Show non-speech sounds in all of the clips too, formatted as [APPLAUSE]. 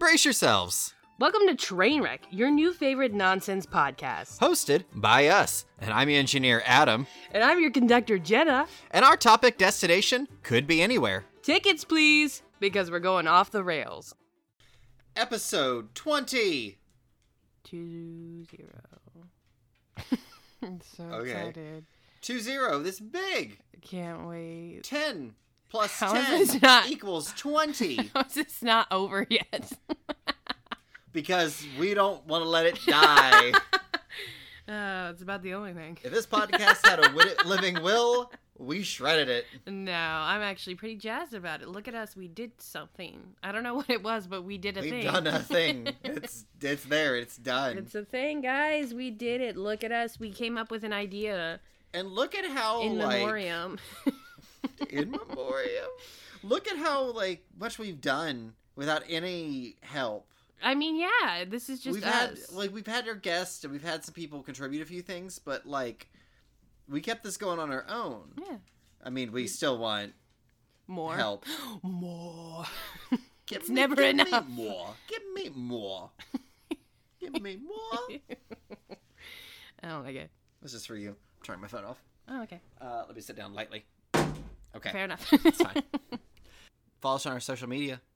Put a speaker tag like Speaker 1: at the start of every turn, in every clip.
Speaker 1: introduce yourselves.
Speaker 2: Welcome to Trainwreck, your new favorite nonsense podcast.
Speaker 1: Hosted by us, and I'm engineer Adam,
Speaker 2: And I'm your conductor, Jenna.
Speaker 1: and our topic destination could be anywhere.
Speaker 2: Tickets, please, because we're going off the rails.
Speaker 1: Episode 20.
Speaker 2: Two zero. [LAUGHS] I'm so
Speaker 1: Okay.
Speaker 2: excited.
Speaker 1: 2 0. This is big.
Speaker 2: I can't wait. [LAUGHS]
Speaker 1: 10 plus
Speaker 2: How is
Speaker 1: 10
Speaker 2: this not-
Speaker 1: equals 20
Speaker 2: Oh, It's just not over [LAUGHS] yet.
Speaker 1: because we don't want to let it die.
Speaker 2: Uh, it's about the only thing.
Speaker 1: if this podcast had a wi- living will, we shredded it.
Speaker 2: No, I'm actually pretty jazzed about it. Look at us. We did something. I don't know [LAUGHS] what it was, but we did a
Speaker 1: We've
Speaker 2: thing. [LAUGHS]
Speaker 1: done a thing. It's it's there. It's done.
Speaker 2: It's a thing, guys. We did it. Look at us. We came up with an idea
Speaker 1: and look at how
Speaker 2: in
Speaker 1: like
Speaker 2: memoriam.
Speaker 1: in memoriam. Look at how like much we've done without any help.
Speaker 2: I mean, yeah, this is just
Speaker 1: we've
Speaker 2: us.
Speaker 1: had like we've had our guests and we've had some people contribute a few things, but like we kept this going on our own.
Speaker 2: yeah,
Speaker 1: I mean, we still want
Speaker 2: more,
Speaker 1: help.
Speaker 2: more. [LAUGHS]
Speaker 1: Give
Speaker 2: [GASPS] It's never
Speaker 1: give
Speaker 2: enough.
Speaker 1: Me more. Give me more.
Speaker 2: [LAUGHS]
Speaker 1: give me more.
Speaker 2: I don't like it.
Speaker 1: This is for you. I'm turning my phone off.
Speaker 2: Oh, okay,
Speaker 1: Uh, let me sit down lightly. Okay.
Speaker 2: fair enough.
Speaker 1: [LAUGHS] It's fine. Follow us on our social media.
Speaker 2: [LAUGHS]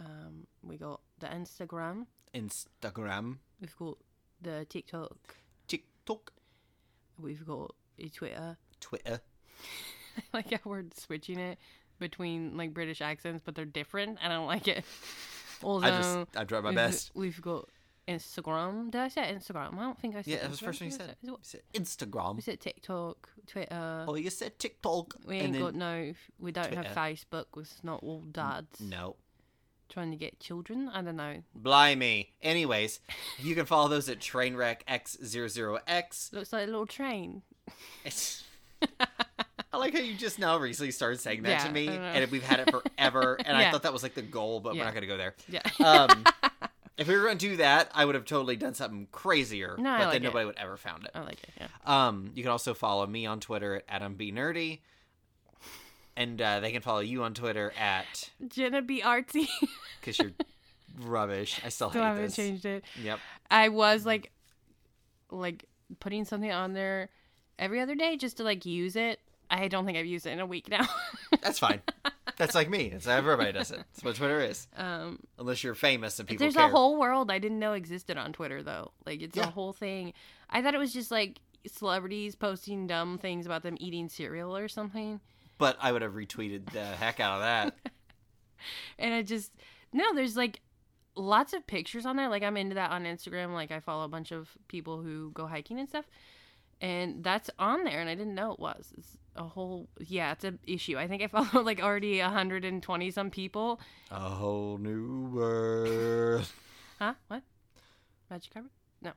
Speaker 2: um, we got the Instagram.
Speaker 1: Instagram,
Speaker 2: We've got the TikTok.
Speaker 1: TikTok,
Speaker 2: We've got a Twitter. [LAUGHS]
Speaker 1: Twitter.
Speaker 2: I like how we're switching it between like British accents, but they're different. I don't
Speaker 1: [LAUGHS]
Speaker 2: like it. Also,
Speaker 1: I just I tried my
Speaker 2: we've-
Speaker 1: best.
Speaker 2: We've got Instagram. Did I say Instagram? I don't think I said.
Speaker 1: Yeah, that was
Speaker 2: Instagram.
Speaker 1: the first thing you
Speaker 2: Is
Speaker 1: said.
Speaker 2: it- is it-
Speaker 1: You said Instagram.
Speaker 2: We said TikTok, Twitter.
Speaker 1: Oh, you said TikTok.
Speaker 2: we
Speaker 1: and
Speaker 2: ain't
Speaker 1: then-
Speaker 2: got no. We don't have
Speaker 1: Twitter.
Speaker 2: Facebook. It's not all dads
Speaker 1: No.
Speaker 2: trying to get children. I don't know.
Speaker 1: Blimey. Anyways, you can follow those at TrainwreckX00X.
Speaker 2: Looks like a little train.
Speaker 1: It's- I like how you just now recently started saying that
Speaker 2: Yeah,
Speaker 1: to
Speaker 2: I
Speaker 1: me,
Speaker 2: don't know.
Speaker 1: and we've had it forever, and I
Speaker 2: [LAUGHS] Yeah.
Speaker 1: thought that was like the goal, but
Speaker 2: Yeah.
Speaker 1: we're not going to go there. [LAUGHS]
Speaker 2: Yeah. [LAUGHS]
Speaker 1: Um, if we were going to do that, I would have totally done something crazier,
Speaker 2: No, I
Speaker 1: but
Speaker 2: like
Speaker 1: then
Speaker 2: it. Oh.
Speaker 1: nobody would ever found it.
Speaker 2: I like it. Yeah.
Speaker 1: Um, you can also follow me on Twitter at AdamBNerdy. And uh, they can follow you on Twitter at
Speaker 2: Jenna be [LAUGHS] artsy.
Speaker 1: because you're rubbish. I still
Speaker 2: so I
Speaker 1: hate
Speaker 2: haven't
Speaker 1: this.
Speaker 2: changed it.
Speaker 1: Yep.
Speaker 2: I was like, like putting something on there every other day just to like use it. I don't think I've used it in a week [LAUGHS] now.
Speaker 1: That's fine. That's like me. It's how everybody does it. That's what Twitter is.
Speaker 2: um,
Speaker 1: Unless you're famous and people
Speaker 2: there's
Speaker 1: care.
Speaker 2: a whole world I didn't know existed on Twitter though. Like it's
Speaker 1: Yeah.
Speaker 2: a whole thing. I thought it was just like celebrities posting dumb things about them eating cereal or something.
Speaker 1: But I would have retweeted the heck out of that.
Speaker 2: [LAUGHS] And I just no, there's like lots of pictures on there. Like I'm into that on Instagram. Like I follow a bunch of people who go hiking and stuff. And that's on there and I didn't know it was. It's a whole yeah, it's an issue. I [LAUGHS] think I follow like already 120 some people.
Speaker 1: A whole new world.
Speaker 2: Huh? What? Magic carpet? No.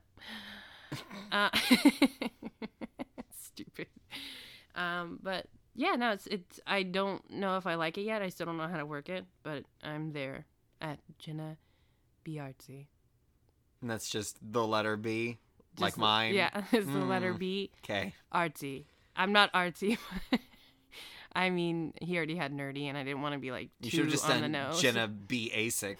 Speaker 2: [LAUGHS] uh, [LAUGHS] stupid. Um, but yeah, no, it's it's. I don't know if I like it yet. I still don't know how to work it, but I'm there at Jenna B Artsy.
Speaker 1: And that's just the letter B, like
Speaker 2: Just-
Speaker 1: mine.
Speaker 2: Yeah, [LAUGHS] it's the letter
Speaker 1: Mm.
Speaker 2: B
Speaker 1: Okay.
Speaker 2: artsy. I'm not artsy. [LAUGHS] I mean, he already had nerdy, and I didn't want to be like
Speaker 1: You
Speaker 2: too
Speaker 1: should have just
Speaker 2: on the
Speaker 1: done
Speaker 2: nose. [GASPS]
Speaker 1: Jenna B. Asic.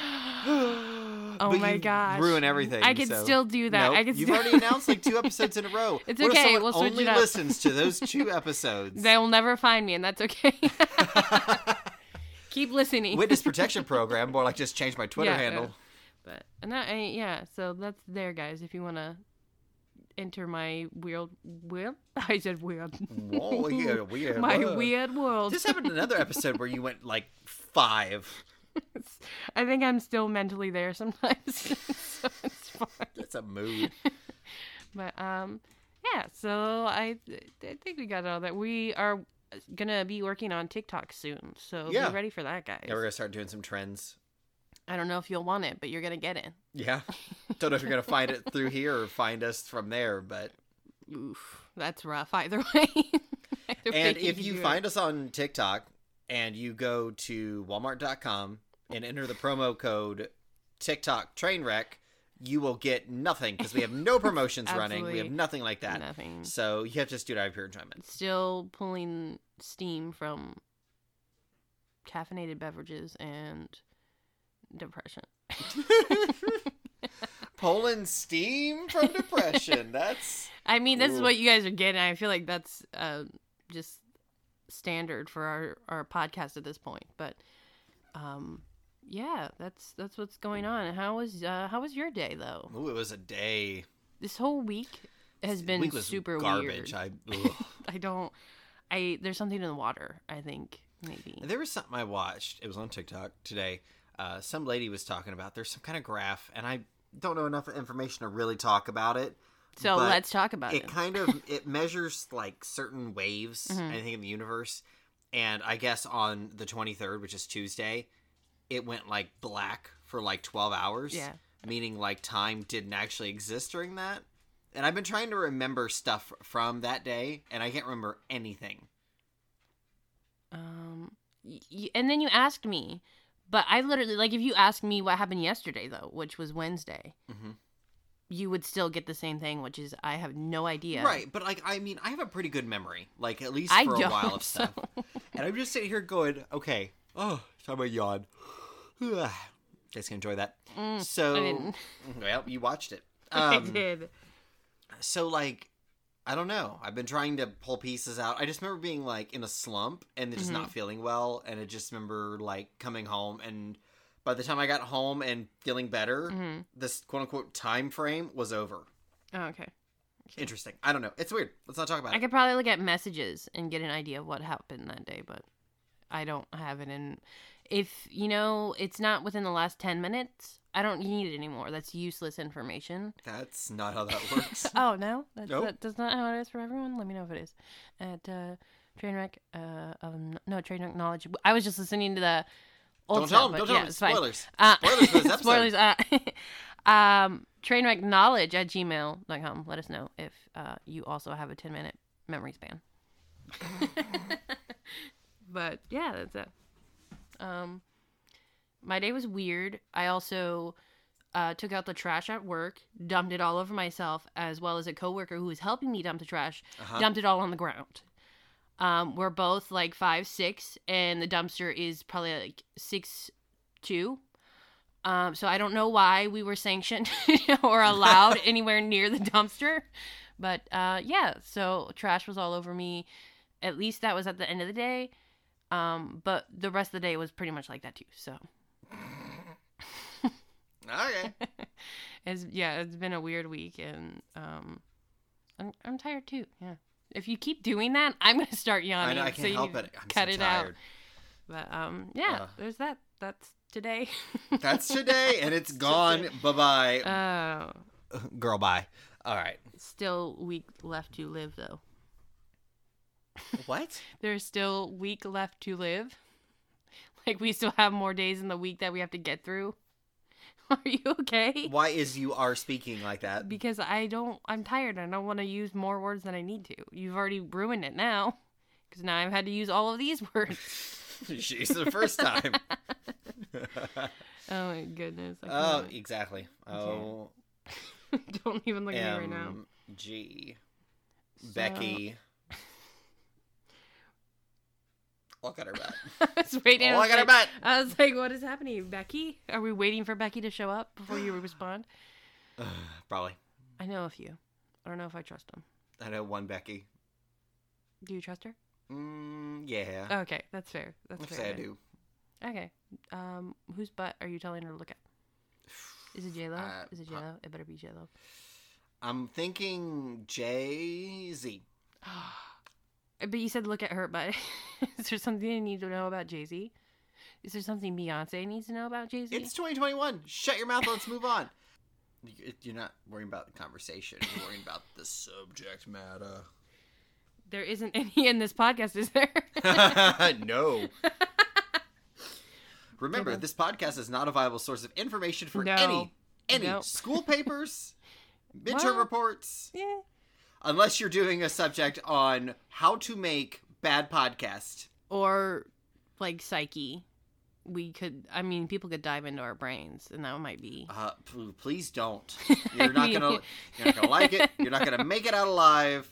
Speaker 1: [GASPS]
Speaker 2: oh my gosh,
Speaker 1: Ruin everything.
Speaker 2: I could
Speaker 1: so-
Speaker 2: still do that.
Speaker 1: Nope.
Speaker 2: I could
Speaker 1: You've
Speaker 2: still...
Speaker 1: already announced
Speaker 2: [LAUGHS]
Speaker 1: like two episodes in a row.
Speaker 2: It's
Speaker 1: What if
Speaker 2: okay,
Speaker 1: someone
Speaker 2: we'll switch
Speaker 1: only
Speaker 2: it up.
Speaker 1: listens to
Speaker 2: [LAUGHS]
Speaker 1: those two episodes.
Speaker 2: They'll never find me, and
Speaker 1: [LAUGHS]
Speaker 2: that's okay. Keep listening.
Speaker 1: Witness protection program, more like just change my Twitter
Speaker 2: Yeah,
Speaker 1: handle.
Speaker 2: but and that, I, yeah, so that's there, guys. If you want to enter my weird, weird, [LAUGHS] I said weird,
Speaker 1: Whoa, yeah, weird.
Speaker 2: my
Speaker 1: whoa.
Speaker 2: weird world.
Speaker 1: This happened in another episode where you went like five.
Speaker 2: I think I'm still mentally there sometimes, [LAUGHS] so it's fine.
Speaker 1: That's a
Speaker 2: [LAUGHS]
Speaker 1: mood.
Speaker 2: But um, yeah. So I, I think we got all that. We are gonna be working on TikTok soon, so
Speaker 1: Yeah.
Speaker 2: be ready for that, guys.
Speaker 1: Yeah, we're gonna start doing some trends.
Speaker 2: I don't know if you'll want it, but you're gonna get it.
Speaker 1: Yeah. Don't know if you're gonna find it through here or find us from there,
Speaker 2: [LAUGHS]
Speaker 1: but
Speaker 2: Oof, that's rough either [LAUGHS] way. Either
Speaker 1: and
Speaker 2: way
Speaker 1: if
Speaker 2: do
Speaker 1: you
Speaker 2: it.
Speaker 1: find us on TikTok and you go to Walmart.com and enter the promo code TikTok Trainwreck, you will get nothing because we have
Speaker 2: [LAUGHS]
Speaker 1: no promotions running. We have
Speaker 2: Absolutely
Speaker 1: nothing like that.
Speaker 2: nothing,
Speaker 1: So you have to just do it out of pure enjoyment.
Speaker 2: still pulling steam from caffeinated beverages and depression.
Speaker 1: Pulling steam from
Speaker 2: [LAUGHS]
Speaker 1: depression. That's
Speaker 2: I mean, this is
Speaker 1: Ooh.
Speaker 2: what you guys are getting. I feel like that's uh, just standard for our, our podcast at this point. But um, yeah, that's that's what's going
Speaker 1: Mm.
Speaker 2: on. How was uh, how was your day though?
Speaker 1: ooh, it was a day.
Speaker 2: This whole week has been
Speaker 1: Week was
Speaker 2: super
Speaker 1: garbage.
Speaker 2: weird.
Speaker 1: I ugh.
Speaker 2: I don't. I there's something in the water. I think maybe.
Speaker 1: There was something I watched. It was on TikTok today. Uh, some lady was talking about there's some kind of graph, and I don't know enough information to really talk about it.
Speaker 2: So
Speaker 1: but
Speaker 2: let's talk about it.
Speaker 1: It kind
Speaker 2: [LAUGHS]
Speaker 1: of it measures like certain waves,
Speaker 2: Mhm.
Speaker 1: I think, in the universe. And I guess on the 23rd, which is Tuesday, it went like black for like 12 hours.
Speaker 2: Yeah.
Speaker 1: Meaning like time didn't actually exist during that. And I've been trying to remember stuff from that day, and I can't remember anything.
Speaker 2: Um, y- y- and then you asked me, but I literally like if you asked me what happened yesterday though, which was Wednesday.
Speaker 1: Mhm.
Speaker 2: You would still get the same thing, which is I have no idea.
Speaker 1: Right, but like I mean, I have a pretty good memory, like at least
Speaker 2: I
Speaker 1: for a
Speaker 2: don't, [LAUGHS]
Speaker 1: while of
Speaker 2: so-
Speaker 1: stuff. And I'm just sitting here going, okay, oh, time I yawn. [SIGHS] Guys can enjoy that.
Speaker 2: Mm,
Speaker 1: so,
Speaker 2: didn't. [LAUGHS]
Speaker 1: well, you watched it.
Speaker 2: I
Speaker 1: Um,
Speaker 2: did.
Speaker 1: So like, I don't know. I've been trying to pull pieces out. I just remember being like in a slump and just
Speaker 2: Mm-hmm.
Speaker 1: not feeling well, and I just remember like coming home and. By the time I got home and feeling better,
Speaker 2: Mhm.
Speaker 1: this quote unquote time frame was over.
Speaker 2: Oh, okay.
Speaker 1: Interesting. I don't know. It's weird. Let's not talk about
Speaker 2: I
Speaker 1: it.
Speaker 2: could probably look at messages and get an idea of what happened that day, but I don't have it. And if you know it's not within the last ten minutes, I don't need it anymore. That's useless information.
Speaker 1: That's not how that works.
Speaker 2: [LAUGHS] Oh no, that's,
Speaker 1: Nope.
Speaker 2: that, that's not how it is for everyone. Let me know if it is at uh, Trainwreck. Uh, um, no Trainwreck knowledge. I was just listening to the
Speaker 1: don't
Speaker 2: old stuff,
Speaker 1: tell them.
Speaker 2: but
Speaker 1: Don't
Speaker 2: yeah,
Speaker 1: tell them.
Speaker 2: it's fine.
Speaker 1: Spoilers.
Speaker 2: Uh, [LAUGHS]
Speaker 1: Spoilers for this
Speaker 2: spoilers. Uh, [LAUGHS] um, Trainwreck knowledge at gmail.com. Let us know if uh, you also have a ten minute memory span. [LAUGHS] but yeah, that's it. Um, my day was weird. I also uh, took out the trash at work, dumped it all over myself, as well as a coworker who was helping me dump the trash,
Speaker 1: Uh-huh.
Speaker 2: dumped it all on the ground. Um, we're both like five six, and the dumpster is probably like six two. Um, so I don't know why we were sanctioned [LAUGHS] or allowed [LAUGHS] anywhere near the dumpster, but uh, yeah, so trash was all over me. At least that was at the end of the day. Um, but the rest of the day was pretty much like that too. So
Speaker 1: [LAUGHS]
Speaker 2: [LAUGHS]
Speaker 1: Okay.
Speaker 2: it's yeah, it's been a weird week, and um, I'm I'm tired too. Yeah, if you keep doing that, I'm gonna start
Speaker 1: I
Speaker 2: yawning.
Speaker 1: know. I
Speaker 2: so
Speaker 1: can't
Speaker 2: you
Speaker 1: help
Speaker 2: need
Speaker 1: it. I'm
Speaker 2: to Cut
Speaker 1: so
Speaker 2: it
Speaker 1: tired.
Speaker 2: out. But um, yeah,
Speaker 1: Ugh.
Speaker 2: there's that. That's today. [LAUGHS]
Speaker 1: That's today, and it's gone. bye bye,
Speaker 2: Oh,
Speaker 1: girl. Bye. All right.
Speaker 2: [LAUGHS] still week left to live though.
Speaker 1: What?
Speaker 2: There's still week left to live. [LAUGHS] Like we still have more days in the week that we have to get through. [LAUGHS] Are you okay?
Speaker 1: Why is you are speaking like that? [LAUGHS]
Speaker 2: because I don't. I'm tired. and I don't want to use more words than I need to. You've already ruined it now, because now I've had to use all of these [LAUGHS] words.
Speaker 1: She's the first
Speaker 2: [LAUGHS]
Speaker 1: time. [LAUGHS]
Speaker 2: oh my goodness! I
Speaker 1: oh,
Speaker 2: can't.
Speaker 1: exactly. Oh,
Speaker 2: [LAUGHS] don't even look at me right now.
Speaker 1: M G um, Becky. [LAUGHS] Look at her
Speaker 2: [LAUGHS]
Speaker 1: back. [SIGHS]
Speaker 2: So- I was waiting. I
Speaker 1: Look
Speaker 2: was
Speaker 1: at her back.
Speaker 2: like- I was like, "What is happening, Becky? Are we waiting for Becky to show up before you respond?"
Speaker 1: Probably.
Speaker 2: I know a few. I don't know if I trust them.
Speaker 1: I know one Becky.
Speaker 2: Do you trust her?
Speaker 1: Mm, yeah.
Speaker 2: Okay, that's fair. That's
Speaker 1: I'd
Speaker 2: fair.
Speaker 1: say I
Speaker 2: then.
Speaker 1: do.
Speaker 2: Okay. Um, whose butt are you telling her to look at? Is it J Lo?
Speaker 1: Uh,
Speaker 2: Is it J
Speaker 1: huh.
Speaker 2: Lo? It better be J Lo.
Speaker 1: I'm thinking Jay Z.
Speaker 2: [GASPS] but you said look at her butt. [LAUGHS] Is there something you need to know about Jay Z? Is there something Beyonce needs to know about Jay Z?
Speaker 1: It's 2021. Shut your mouth. Let's move on. [LAUGHS] You- You're not worrying about the conversation. You're worrying about the subject matter.
Speaker 2: There isn't [LAUGHS] any in this podcast, is there?
Speaker 1: [LAUGHS]
Speaker 2: [LAUGHS]
Speaker 1: no. Remember,
Speaker 2: Ditto.
Speaker 1: this podcast is not a viable source of information for
Speaker 2: No.
Speaker 1: any any
Speaker 2: Nope.
Speaker 1: school
Speaker 2: [LAUGHS]
Speaker 1: papers, midterm
Speaker 2: Well.
Speaker 1: reports,
Speaker 2: yeah.
Speaker 1: unless you're doing a subject on how to make bad podcast.
Speaker 2: Or like psyche. We could. I mean, people could dive into our brains, and that might be.
Speaker 1: Uh, p- please don't. You're not
Speaker 2: mean-
Speaker 1: gonna.
Speaker 2: [LAUGHS]
Speaker 1: You're not gonna like it. You're not gonna make it out alive.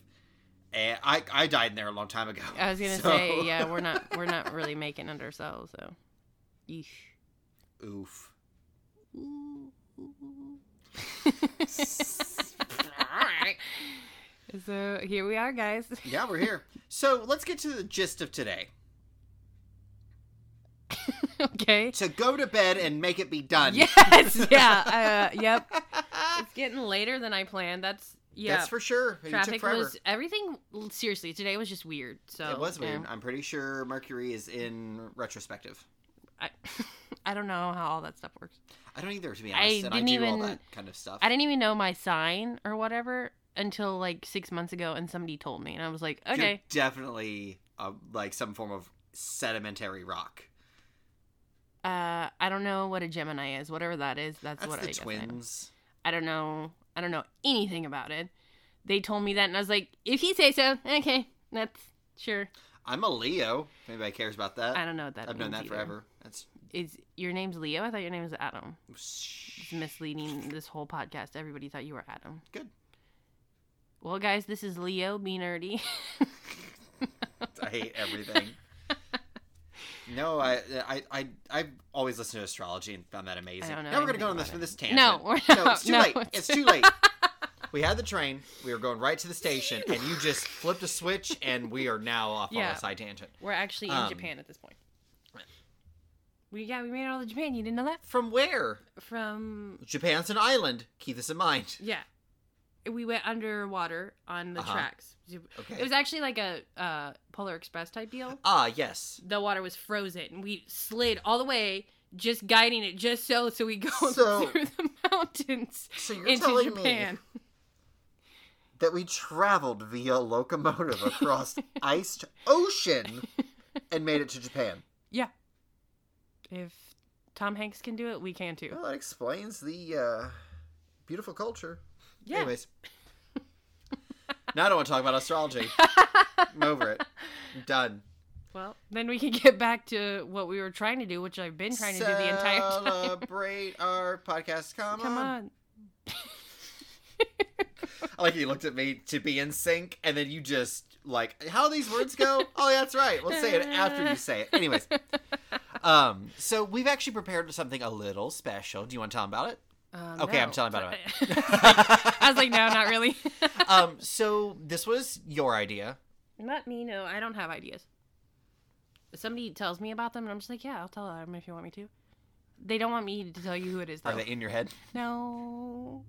Speaker 1: And I I died in there a long time ago.
Speaker 2: I was
Speaker 1: [LAUGHS]
Speaker 2: gonna
Speaker 1: so-
Speaker 2: say, yeah, we're not. We're not really making it ourselves. So, Yeesh. [LAUGHS]
Speaker 1: Oof.
Speaker 2: so here we are, guys. [LAUGHS]
Speaker 1: yeah, we're here. So let's get to the gist of today.
Speaker 2: okay.
Speaker 1: To go to bed and make it be done.
Speaker 2: [LAUGHS] Yes.
Speaker 1: [LAUGHS]
Speaker 2: Yeah. Uh, yep. It's getting later than I planned. That's yeah.
Speaker 1: That's for sure. It took
Speaker 2: Traffic
Speaker 1: forever.
Speaker 2: was everything. Seriously, today was just weird. So
Speaker 1: it was
Speaker 2: yeah.
Speaker 1: weird. I'm pretty sure Mercury is in retrospective.
Speaker 2: I, [LAUGHS] I don't know how all that stuff works.
Speaker 1: I don't either, to be
Speaker 2: I
Speaker 1: honest. and I do
Speaker 2: didn't
Speaker 1: all
Speaker 2: even-
Speaker 1: that kind of stuff.
Speaker 2: I didn't even know my sign or whatever until like six months ago, and somebody told me, and I was like,
Speaker 1: You're
Speaker 2: okay,
Speaker 1: definitely uh, like some form of sedimentary rock.
Speaker 2: uh, I don't know what a Gemini is, whatever that is. That's,
Speaker 1: That's
Speaker 2: what
Speaker 1: the
Speaker 2: I guess I am.
Speaker 1: twins.
Speaker 2: I don't know. I don't know anything about it. They told me that, and I was like, if you say so, okay, that's sure.
Speaker 1: I'm a Leo. If anybody cares about that,
Speaker 2: I don't know what that.
Speaker 1: Uh, I've known
Speaker 2: means
Speaker 1: that
Speaker 2: either.
Speaker 1: forever. That's
Speaker 2: Is your name's Leo? I thought your name was Adam. It's misleading this whole podcast. Everybody thought you were Adam.
Speaker 1: Good.
Speaker 2: Well, guys, this is Leo. Be nerdy. [LAUGHS]
Speaker 1: I hate everything. No, I, I, I, I've always listened to astrology and found that amazing.
Speaker 2: I don't know
Speaker 1: now we're gonna go
Speaker 2: anything
Speaker 1: on this
Speaker 2: about
Speaker 1: for
Speaker 2: it.
Speaker 1: this tangent.
Speaker 2: no, we're not. [LAUGHS]
Speaker 1: no, it's too
Speaker 2: No,
Speaker 1: late. It's too
Speaker 2: [LAUGHS]
Speaker 1: late. We had the train. We were going right to the station, and you just
Speaker 2: [LAUGHS]
Speaker 1: flipped a switch, and we are now off on
Speaker 2: Yeah.
Speaker 1: a side tangent.
Speaker 2: We're actually in
Speaker 1: Um,
Speaker 2: Japan at this point. We yeah, we made it all to Japan. You didn't know that?
Speaker 1: From where?
Speaker 2: From
Speaker 1: Japan's an island. Keep this in
Speaker 2: [LAUGHS]
Speaker 1: mind.
Speaker 2: yeah. We went underwater on the
Speaker 1: Uh-huh.
Speaker 2: tracks.
Speaker 1: Okay.
Speaker 2: It was actually like a uh, Polar Express type deal.
Speaker 1: ah, yes.
Speaker 2: The water was frozen and we slid all the way just guiding it just so so we go [LAUGHS]
Speaker 1: So-
Speaker 2: through the mountains
Speaker 1: So you're
Speaker 2: into
Speaker 1: telling
Speaker 2: Japan.
Speaker 1: me that we traveled via locomotive
Speaker 2: [LAUGHS]
Speaker 1: across iced ocean and made it to Japan.
Speaker 2: If Tom Hanks can do it, we can too.
Speaker 1: Well, that explains the uh, beautiful culture.
Speaker 2: Yeah. [LAUGHS]
Speaker 1: Anyways. now I don't want to talk about astrology. I'm over it. I'm done.
Speaker 2: Well, then we can get back to what we were trying to do, which I've been trying to do the entire time.
Speaker 1: Celebrate our podcast. Come,
Speaker 2: Come
Speaker 1: on.
Speaker 2: on.
Speaker 1: I like how you looked at me to be in sync, and then you just like how these words go. oh, yeah, that's right. We'll say it after you say it. Anyways,
Speaker 2: [LAUGHS]
Speaker 1: um, so we've actually prepared something a little special. Do you want to tell them about it?
Speaker 2: Um,
Speaker 1: Okay, I'm
Speaker 2: no.
Speaker 1: telling about
Speaker 2: [LAUGHS] I was like, no, not really.
Speaker 1: [LAUGHS]
Speaker 2: [LAUGHS]
Speaker 1: um, so this was your idea.
Speaker 2: not me, no. I don't have ideas. Somebody tells me about them, and I'm just like, yeah, I'll tell them if you want me to. They don't want me to tell you who it is,
Speaker 1: Are
Speaker 2: though.
Speaker 1: they in your head?
Speaker 2: No.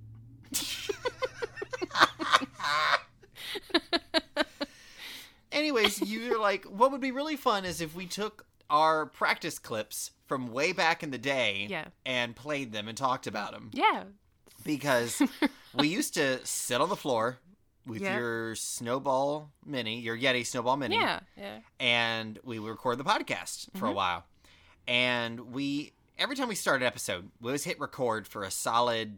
Speaker 1: Anyways, you were like, what would be really fun is if we took our practice clips from way back in the day
Speaker 2: Yeah.
Speaker 1: and played them and talked about them
Speaker 2: Yeah. [LAUGHS]
Speaker 1: because we used to sit on the floor with
Speaker 2: Yeah.
Speaker 1: your snowball mini, your Yeti snowball mini,
Speaker 2: Yeah. Mm-hmm. Yeah.
Speaker 1: and we would record the podcast for a while. And we every time we started an episode, we always hit record for a solid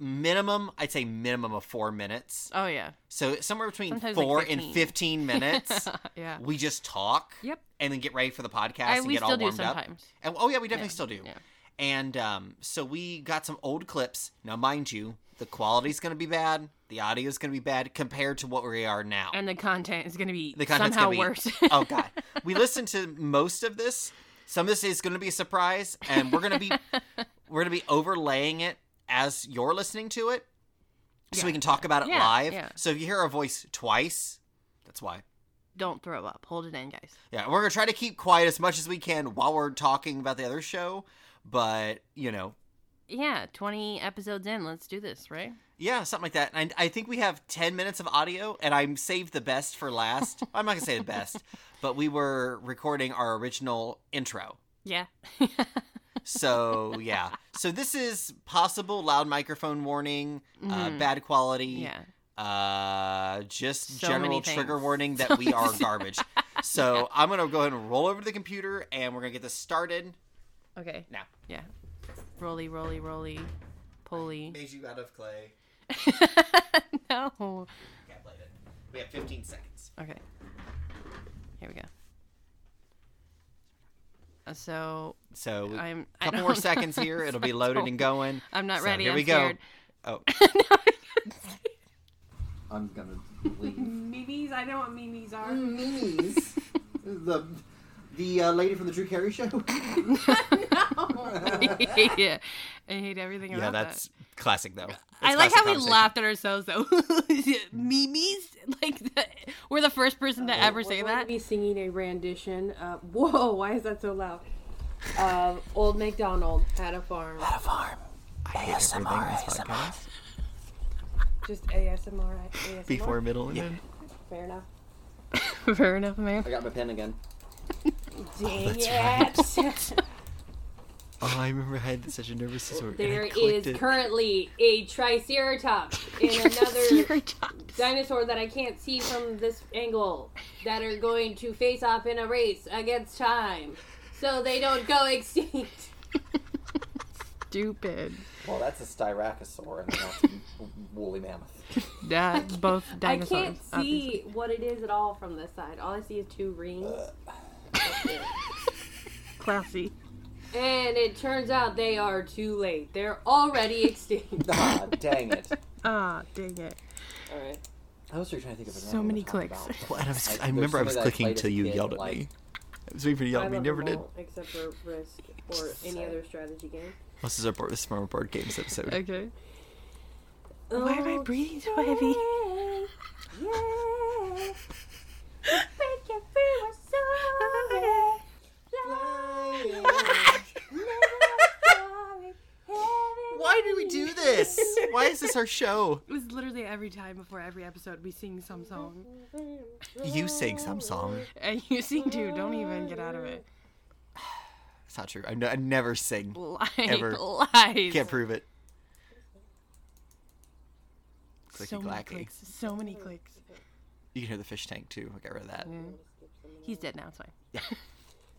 Speaker 1: minimum, I'd say minimum of 4 minutes. [LAUGHS]
Speaker 2: Oh, yeah.
Speaker 1: So somewhere between
Speaker 2: Sometimes like
Speaker 1: 4 and
Speaker 2: 15.
Speaker 1: 15
Speaker 2: [LAUGHS]
Speaker 1: minutes,
Speaker 2: yeah.
Speaker 1: we just talk
Speaker 2: Yep.
Speaker 1: and then get ready for the podcast
Speaker 2: I,
Speaker 1: and
Speaker 2: we
Speaker 1: get all
Speaker 2: still do
Speaker 1: warmed up.
Speaker 2: sometimes.
Speaker 1: And oh yeah, we definitely
Speaker 2: Yeah,
Speaker 1: still do.
Speaker 2: yeah.
Speaker 1: And um, so we got some old clips. Now, mind you, the quality's going to be bad. The audio's going to be bad compared to what we are
Speaker 2: [LAUGHS]
Speaker 1: now.
Speaker 2: And the content is going to be
Speaker 1: The content's
Speaker 2: somehow
Speaker 1: gonna be-
Speaker 2: worse.
Speaker 1: [LAUGHS] oh god, we listened to most of this. Some of this is going to be a surprise, and we're going
Speaker 2: [LAUGHS]
Speaker 1: to be we're going to be overlaying it as you're listening to it, so
Speaker 2: Yeah.
Speaker 1: we can talk about it
Speaker 2: Yeah,
Speaker 1: live.
Speaker 2: yeah.
Speaker 1: So if you hear our voice twice, that's why.
Speaker 2: [LAUGHS] don't throw up. Hold it in, guys.
Speaker 1: Yeah, we're gonna try to keep quiet as much as we can while we're talking about the other show, but you know,
Speaker 2: Yeah, 20 episodes in. Let's do this, right?
Speaker 1: yeah, something like that. And I I think we have ten minutes of audio, and I'm saved the best for
Speaker 2: [LAUGHS]
Speaker 1: last. I'm not gonna say the best, but we were recording our original intro,
Speaker 2: Yeah. [LAUGHS]
Speaker 1: so yeah. So this is possible loud microphone warning, uh,
Speaker 2: Mhm.
Speaker 1: bad quality,
Speaker 2: yeah.
Speaker 1: uh, just
Speaker 2: So
Speaker 1: general
Speaker 2: many
Speaker 1: trigger
Speaker 2: things.
Speaker 1: warning that we are
Speaker 2: [LAUGHS]
Speaker 1: garbage. So I'm gonna go ahead and roll over to the computer, and we're gonna get this started
Speaker 2: Okay.
Speaker 1: now.
Speaker 2: Yeah. Roly, roly, roly, pulley.
Speaker 1: Made you out of clay.
Speaker 2: [LAUGHS] no.
Speaker 1: Can't play it. We have 15 seconds.
Speaker 2: Okay. Here we go. Uh, So
Speaker 1: So we-
Speaker 2: I'm.
Speaker 1: a
Speaker 2: I
Speaker 1: couple
Speaker 2: don't
Speaker 1: more
Speaker 2: [LAUGHS] know.
Speaker 1: seconds here. It'll be
Speaker 2: So
Speaker 1: loaded and going.
Speaker 2: I'm not
Speaker 1: So
Speaker 2: ready.
Speaker 1: Here
Speaker 2: I'm
Speaker 1: we go.
Speaker 2: scared. [LAUGHS]
Speaker 1: Oh, I'm gonna leave.
Speaker 3: Mm.
Speaker 2: Memes. I know what memes are.
Speaker 1: Memes. the The uh, lady from the Drew Carey
Speaker 2: [LAUGHS]
Speaker 1: show.
Speaker 2: yeah, I hate everything about
Speaker 1: yeah, that's
Speaker 2: that.
Speaker 1: classic though. It's
Speaker 2: I like
Speaker 1: classic
Speaker 2: how we
Speaker 1: conversation.
Speaker 2: laughed at ourselves though. [LAUGHS] Mimi's like the, we're the first person to ever say
Speaker 3: going to
Speaker 2: that.
Speaker 3: be singing a rendition. Of, [LAUGHS] whoa! Why is that so loud? Of Old MacDonald had a farm.
Speaker 1: I hate everything in this podcast.
Speaker 3: Just ASMR. ASMR.
Speaker 1: Before, middle, and end. [LAUGHS]
Speaker 3: Fair
Speaker 2: [LAUGHS]
Speaker 3: enough.
Speaker 2: Fair enough, man.
Speaker 1: I got my pen again.
Speaker 3: Dang [LAUGHS] it.
Speaker 1: Oh, I remember I had such a nervous disorder. and I
Speaker 3: there is
Speaker 1: clicked it.
Speaker 3: currently a Triceratops
Speaker 2: [LAUGHS]
Speaker 3: in another dinosaur that I can't see from this angle that are going to face off in a race against time so they don't go extinct.
Speaker 2: Stupid.
Speaker 1: Well, that's a styracosaur and that's a woolly mammoth.
Speaker 2: Yeah, both dinosaurs.
Speaker 3: I can't see what it is at all from this side. All I see is two rings.
Speaker 2: obviously. Classy.
Speaker 3: And it turns out they are too late. They're [LAUGHS] already extinct.
Speaker 1: Ah, dang it.
Speaker 2: Ah, dang it.
Speaker 3: all right.
Speaker 4: I was really trying to think of
Speaker 2: So many clicks.
Speaker 1: [LAUGHS]
Speaker 2: [LAUGHS]
Speaker 1: Well, and I, was, I
Speaker 4: there's
Speaker 1: remember I was
Speaker 4: something that I
Speaker 1: clicking
Speaker 4: played as
Speaker 1: till
Speaker 4: a
Speaker 1: you
Speaker 4: kid,
Speaker 1: yelled at
Speaker 4: like-
Speaker 1: me. I was waiting for you to yell
Speaker 3: I
Speaker 1: at me.
Speaker 3: love
Speaker 1: Never
Speaker 3: them
Speaker 1: did.
Speaker 3: all Except for Risk or any other strategy game.
Speaker 1: This is our board, this is our board games episode.
Speaker 4: [LAUGHS]
Speaker 2: Okay. [LAUGHS] Why am
Speaker 3: Oh,
Speaker 2: I breathing so heavy? [LAUGHS] Oh, [LAUGHS]
Speaker 1: Why do we do this? Why is this our show?
Speaker 2: It was literally every time before every episode we sing some song.
Speaker 1: You sing some
Speaker 4: [LAUGHS]
Speaker 1: song.
Speaker 2: And you [LAUGHS] sing too, don't even get out of it.
Speaker 1: It's not true. I, no, I never sing.
Speaker 2: Lies.
Speaker 1: Ever.
Speaker 2: Lies.
Speaker 1: Can't prove it.
Speaker 2: so many
Speaker 1: Clicky-clacky.
Speaker 2: clicks. So many clicks.
Speaker 1: You can hear the fish tank too. I got rid of that.
Speaker 4: Mm-hmm.
Speaker 2: He's dead now, it's [LAUGHS] fine.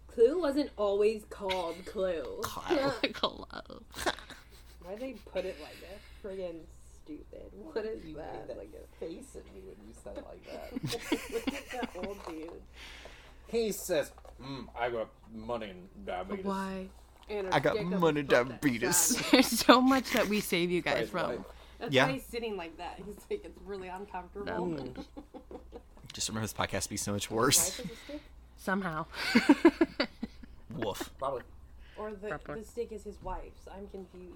Speaker 3: Clue wasn't always called Clue.
Speaker 1: Clout.
Speaker 2: Hello.
Speaker 3: Why they put it like that? Friggin' stupid. What is that? Like a
Speaker 4: face at me when you said it like that.
Speaker 3: look at that old dude.
Speaker 4: He says, mm, "I got money in diabetes."
Speaker 2: [LAUGHS] Why?
Speaker 3: And a
Speaker 1: I got
Speaker 3: dick up
Speaker 1: money
Speaker 3: his butt that
Speaker 1: diabetes.
Speaker 3: size.
Speaker 2: There's [LAUGHS] so much that we save you guys
Speaker 4: Right,
Speaker 2: from.
Speaker 4: right.
Speaker 1: [LAUGHS]
Speaker 3: That's
Speaker 1: Yeah.
Speaker 3: why [LAUGHS] he's sitting like that. He's like it's really uncomfortable.
Speaker 1: [LAUGHS]
Speaker 3: [LAUGHS]
Speaker 1: Just remember this podcast be so much worse.
Speaker 2: Somehow. [LAUGHS]
Speaker 1: [LAUGHS] Woof.
Speaker 4: Probably.
Speaker 3: Or the,
Speaker 2: Proper.
Speaker 3: the stick is his wife's. I'm confused.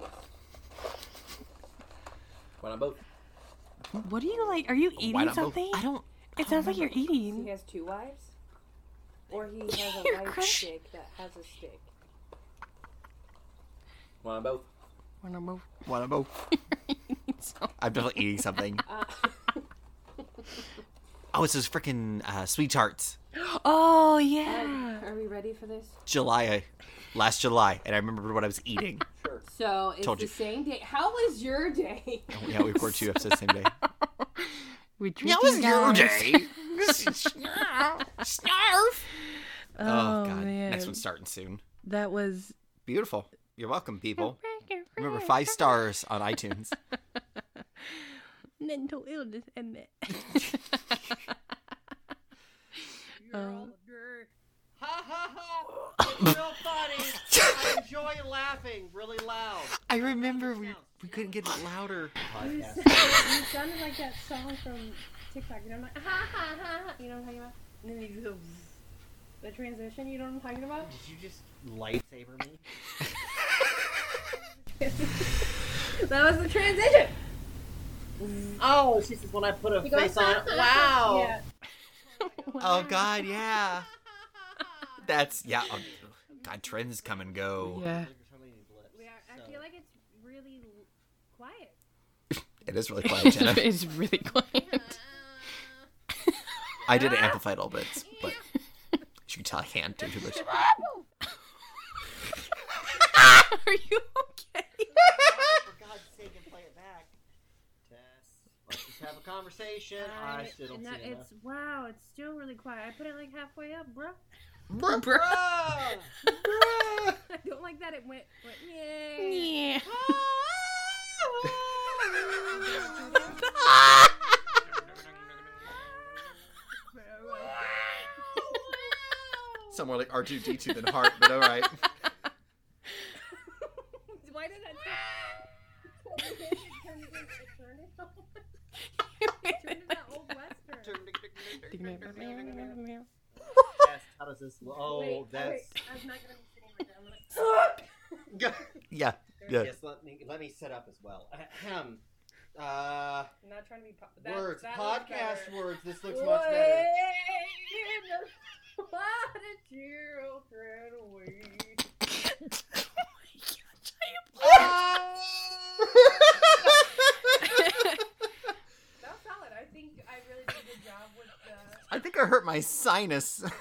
Speaker 4: When I'm both.
Speaker 2: what are you like? Are you
Speaker 1: Why
Speaker 2: eating
Speaker 1: not both?
Speaker 2: something?
Speaker 1: I don't.
Speaker 2: It sounds like you're
Speaker 3: He
Speaker 2: eating.
Speaker 3: has two wives? Or
Speaker 1: [LAUGHS]
Speaker 3: he has
Speaker 2: You're
Speaker 3: a wife
Speaker 2: crash-
Speaker 3: stick that has a
Speaker 1: [SIGHS]
Speaker 3: stick.
Speaker 4: When I'm both.
Speaker 2: Wanna move? [LAUGHS]
Speaker 1: Want to both? I'm definitely eating
Speaker 4: [LAUGHS]
Speaker 1: something.
Speaker 3: Uh, [LAUGHS]
Speaker 1: Oh, it's those freaking uh, sweet tarts.
Speaker 2: oh [LAUGHS] yeah.
Speaker 3: um, are we ready for this?
Speaker 1: July, uh, last July, and I remembered what I was [LAUGHS] eating.
Speaker 3: So it's
Speaker 1: Told
Speaker 3: the
Speaker 1: you.
Speaker 3: same day. How was
Speaker 1: [LAUGHS]
Speaker 3: your day?
Speaker 1: yeah, we recorded two episodes the same day.
Speaker 2: We
Speaker 1: That
Speaker 2: treat
Speaker 1: was
Speaker 2: you
Speaker 1: your
Speaker 2: guys.
Speaker 1: day. [LAUGHS] Snarf.
Speaker 2: Oh,
Speaker 1: Oh, God.
Speaker 2: man.
Speaker 1: Next one's starting soon.
Speaker 2: That was.
Speaker 1: Beautiful. You're welcome, people. Remember, five stars on iTunes.
Speaker 2: mental illness and [LAUGHS] that. Uh,
Speaker 5: Ha ha ha! It's so funny. I enjoy laughing really loud.
Speaker 1: [LAUGHS] I remember we, we couldn't get it louder.
Speaker 3: You sounded like that song from TikTok. You know, I'm like, ha ha ha. ha. You know what I'm talking about? And then you go, the transition. You know what I'm talking about?
Speaker 5: Did you just lightsaber me?
Speaker 3: That was the transition.
Speaker 5: Oh, she says when I put a
Speaker 3: You go,
Speaker 5: face
Speaker 3: "Ha,
Speaker 5: on
Speaker 3: ha,
Speaker 5: it.
Speaker 3: ha."
Speaker 5: Wow.
Speaker 3: Yeah.
Speaker 1: [LAUGHS]
Speaker 2: [LAUGHS]
Speaker 1: Oh, God, yeah. That's, yeah. oh, God, trends come and go.
Speaker 2: yeah.
Speaker 3: We are, I feel like it's really l-
Speaker 1: [LAUGHS]
Speaker 3: quiet.
Speaker 1: It is really quiet, Jenna. [LAUGHS]
Speaker 2: [LAUGHS] it's really
Speaker 3: Uh, [LAUGHS]
Speaker 2: [LAUGHS] quiet.
Speaker 1: I did amplify it a little bit, but as you can tell, I can't do too much.
Speaker 2: Are you [LAUGHS] okay?
Speaker 5: [LAUGHS] For God's sake, and play it back. Tess, let's just have a conversation. I still don't see enough.
Speaker 3: wow, it's still really quiet. I put it like halfway up,
Speaker 6: [LAUGHS]
Speaker 3: bro. [LAUGHS]
Speaker 5: Bruh!
Speaker 3: I don't like that it went. went yeah.
Speaker 2: Yeah.
Speaker 1: Somewhere like R2D2 than heart, but all right.
Speaker 3: Why did that?
Speaker 5: Tess, How does this? Look? [LAUGHS] Oh, that's.
Speaker 6: I'm not gonna be sitting like that. I'm gonna.
Speaker 1: [LAUGHS]
Speaker 5: [LAUGHS]
Speaker 1: Yeah. Yeah.
Speaker 5: Yes, let me let me set up as well. [CLEARS THROAT] Ahem. Uh,
Speaker 6: I'm not trying to be. Po- that,
Speaker 5: words,
Speaker 6: that looks
Speaker 5: podcast
Speaker 6: better.
Speaker 5: words. This looks much better.
Speaker 6: Wait, Why did you run away? [LAUGHS] That was solid. I think I really did a good job with the.
Speaker 1: I think I hurt my sinus. [LAUGHS]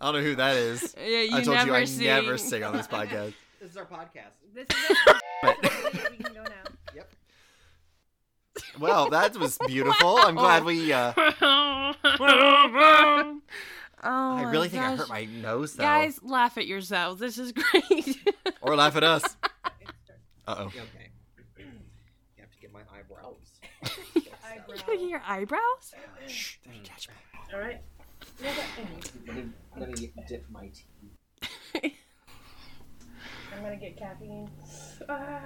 Speaker 1: I don't know who that is.
Speaker 2: Yeah, you
Speaker 1: I told
Speaker 2: never
Speaker 1: you I
Speaker 2: sing.
Speaker 1: never
Speaker 2: [LAUGHS]
Speaker 1: sing on this podcast.
Speaker 5: This is our podcast.
Speaker 6: This is
Speaker 5: [LAUGHS]
Speaker 6: [LAUGHS] it. we can go now.
Speaker 1: Well, that was beautiful. I'm glad we. Uh,
Speaker 2: oh,
Speaker 1: I
Speaker 2: my
Speaker 1: really think I
Speaker 2: gosh.
Speaker 1: hurt my nose though.
Speaker 2: Guys, laugh at yourselves. This is [LAUGHS] great.
Speaker 1: Or laugh at
Speaker 2: [LAUGHS]
Speaker 1: us.
Speaker 6: It's dark.
Speaker 1: Uh oh.
Speaker 5: Okay. [CLEARS THROAT] You have to get my eyebrows.
Speaker 6: Eyebrows.
Speaker 5: [LAUGHS]
Speaker 2: Your eyebrows?
Speaker 6: All right.
Speaker 5: Let me, let me dip my teeth.
Speaker 6: I'm gonna get caffeine. Ah.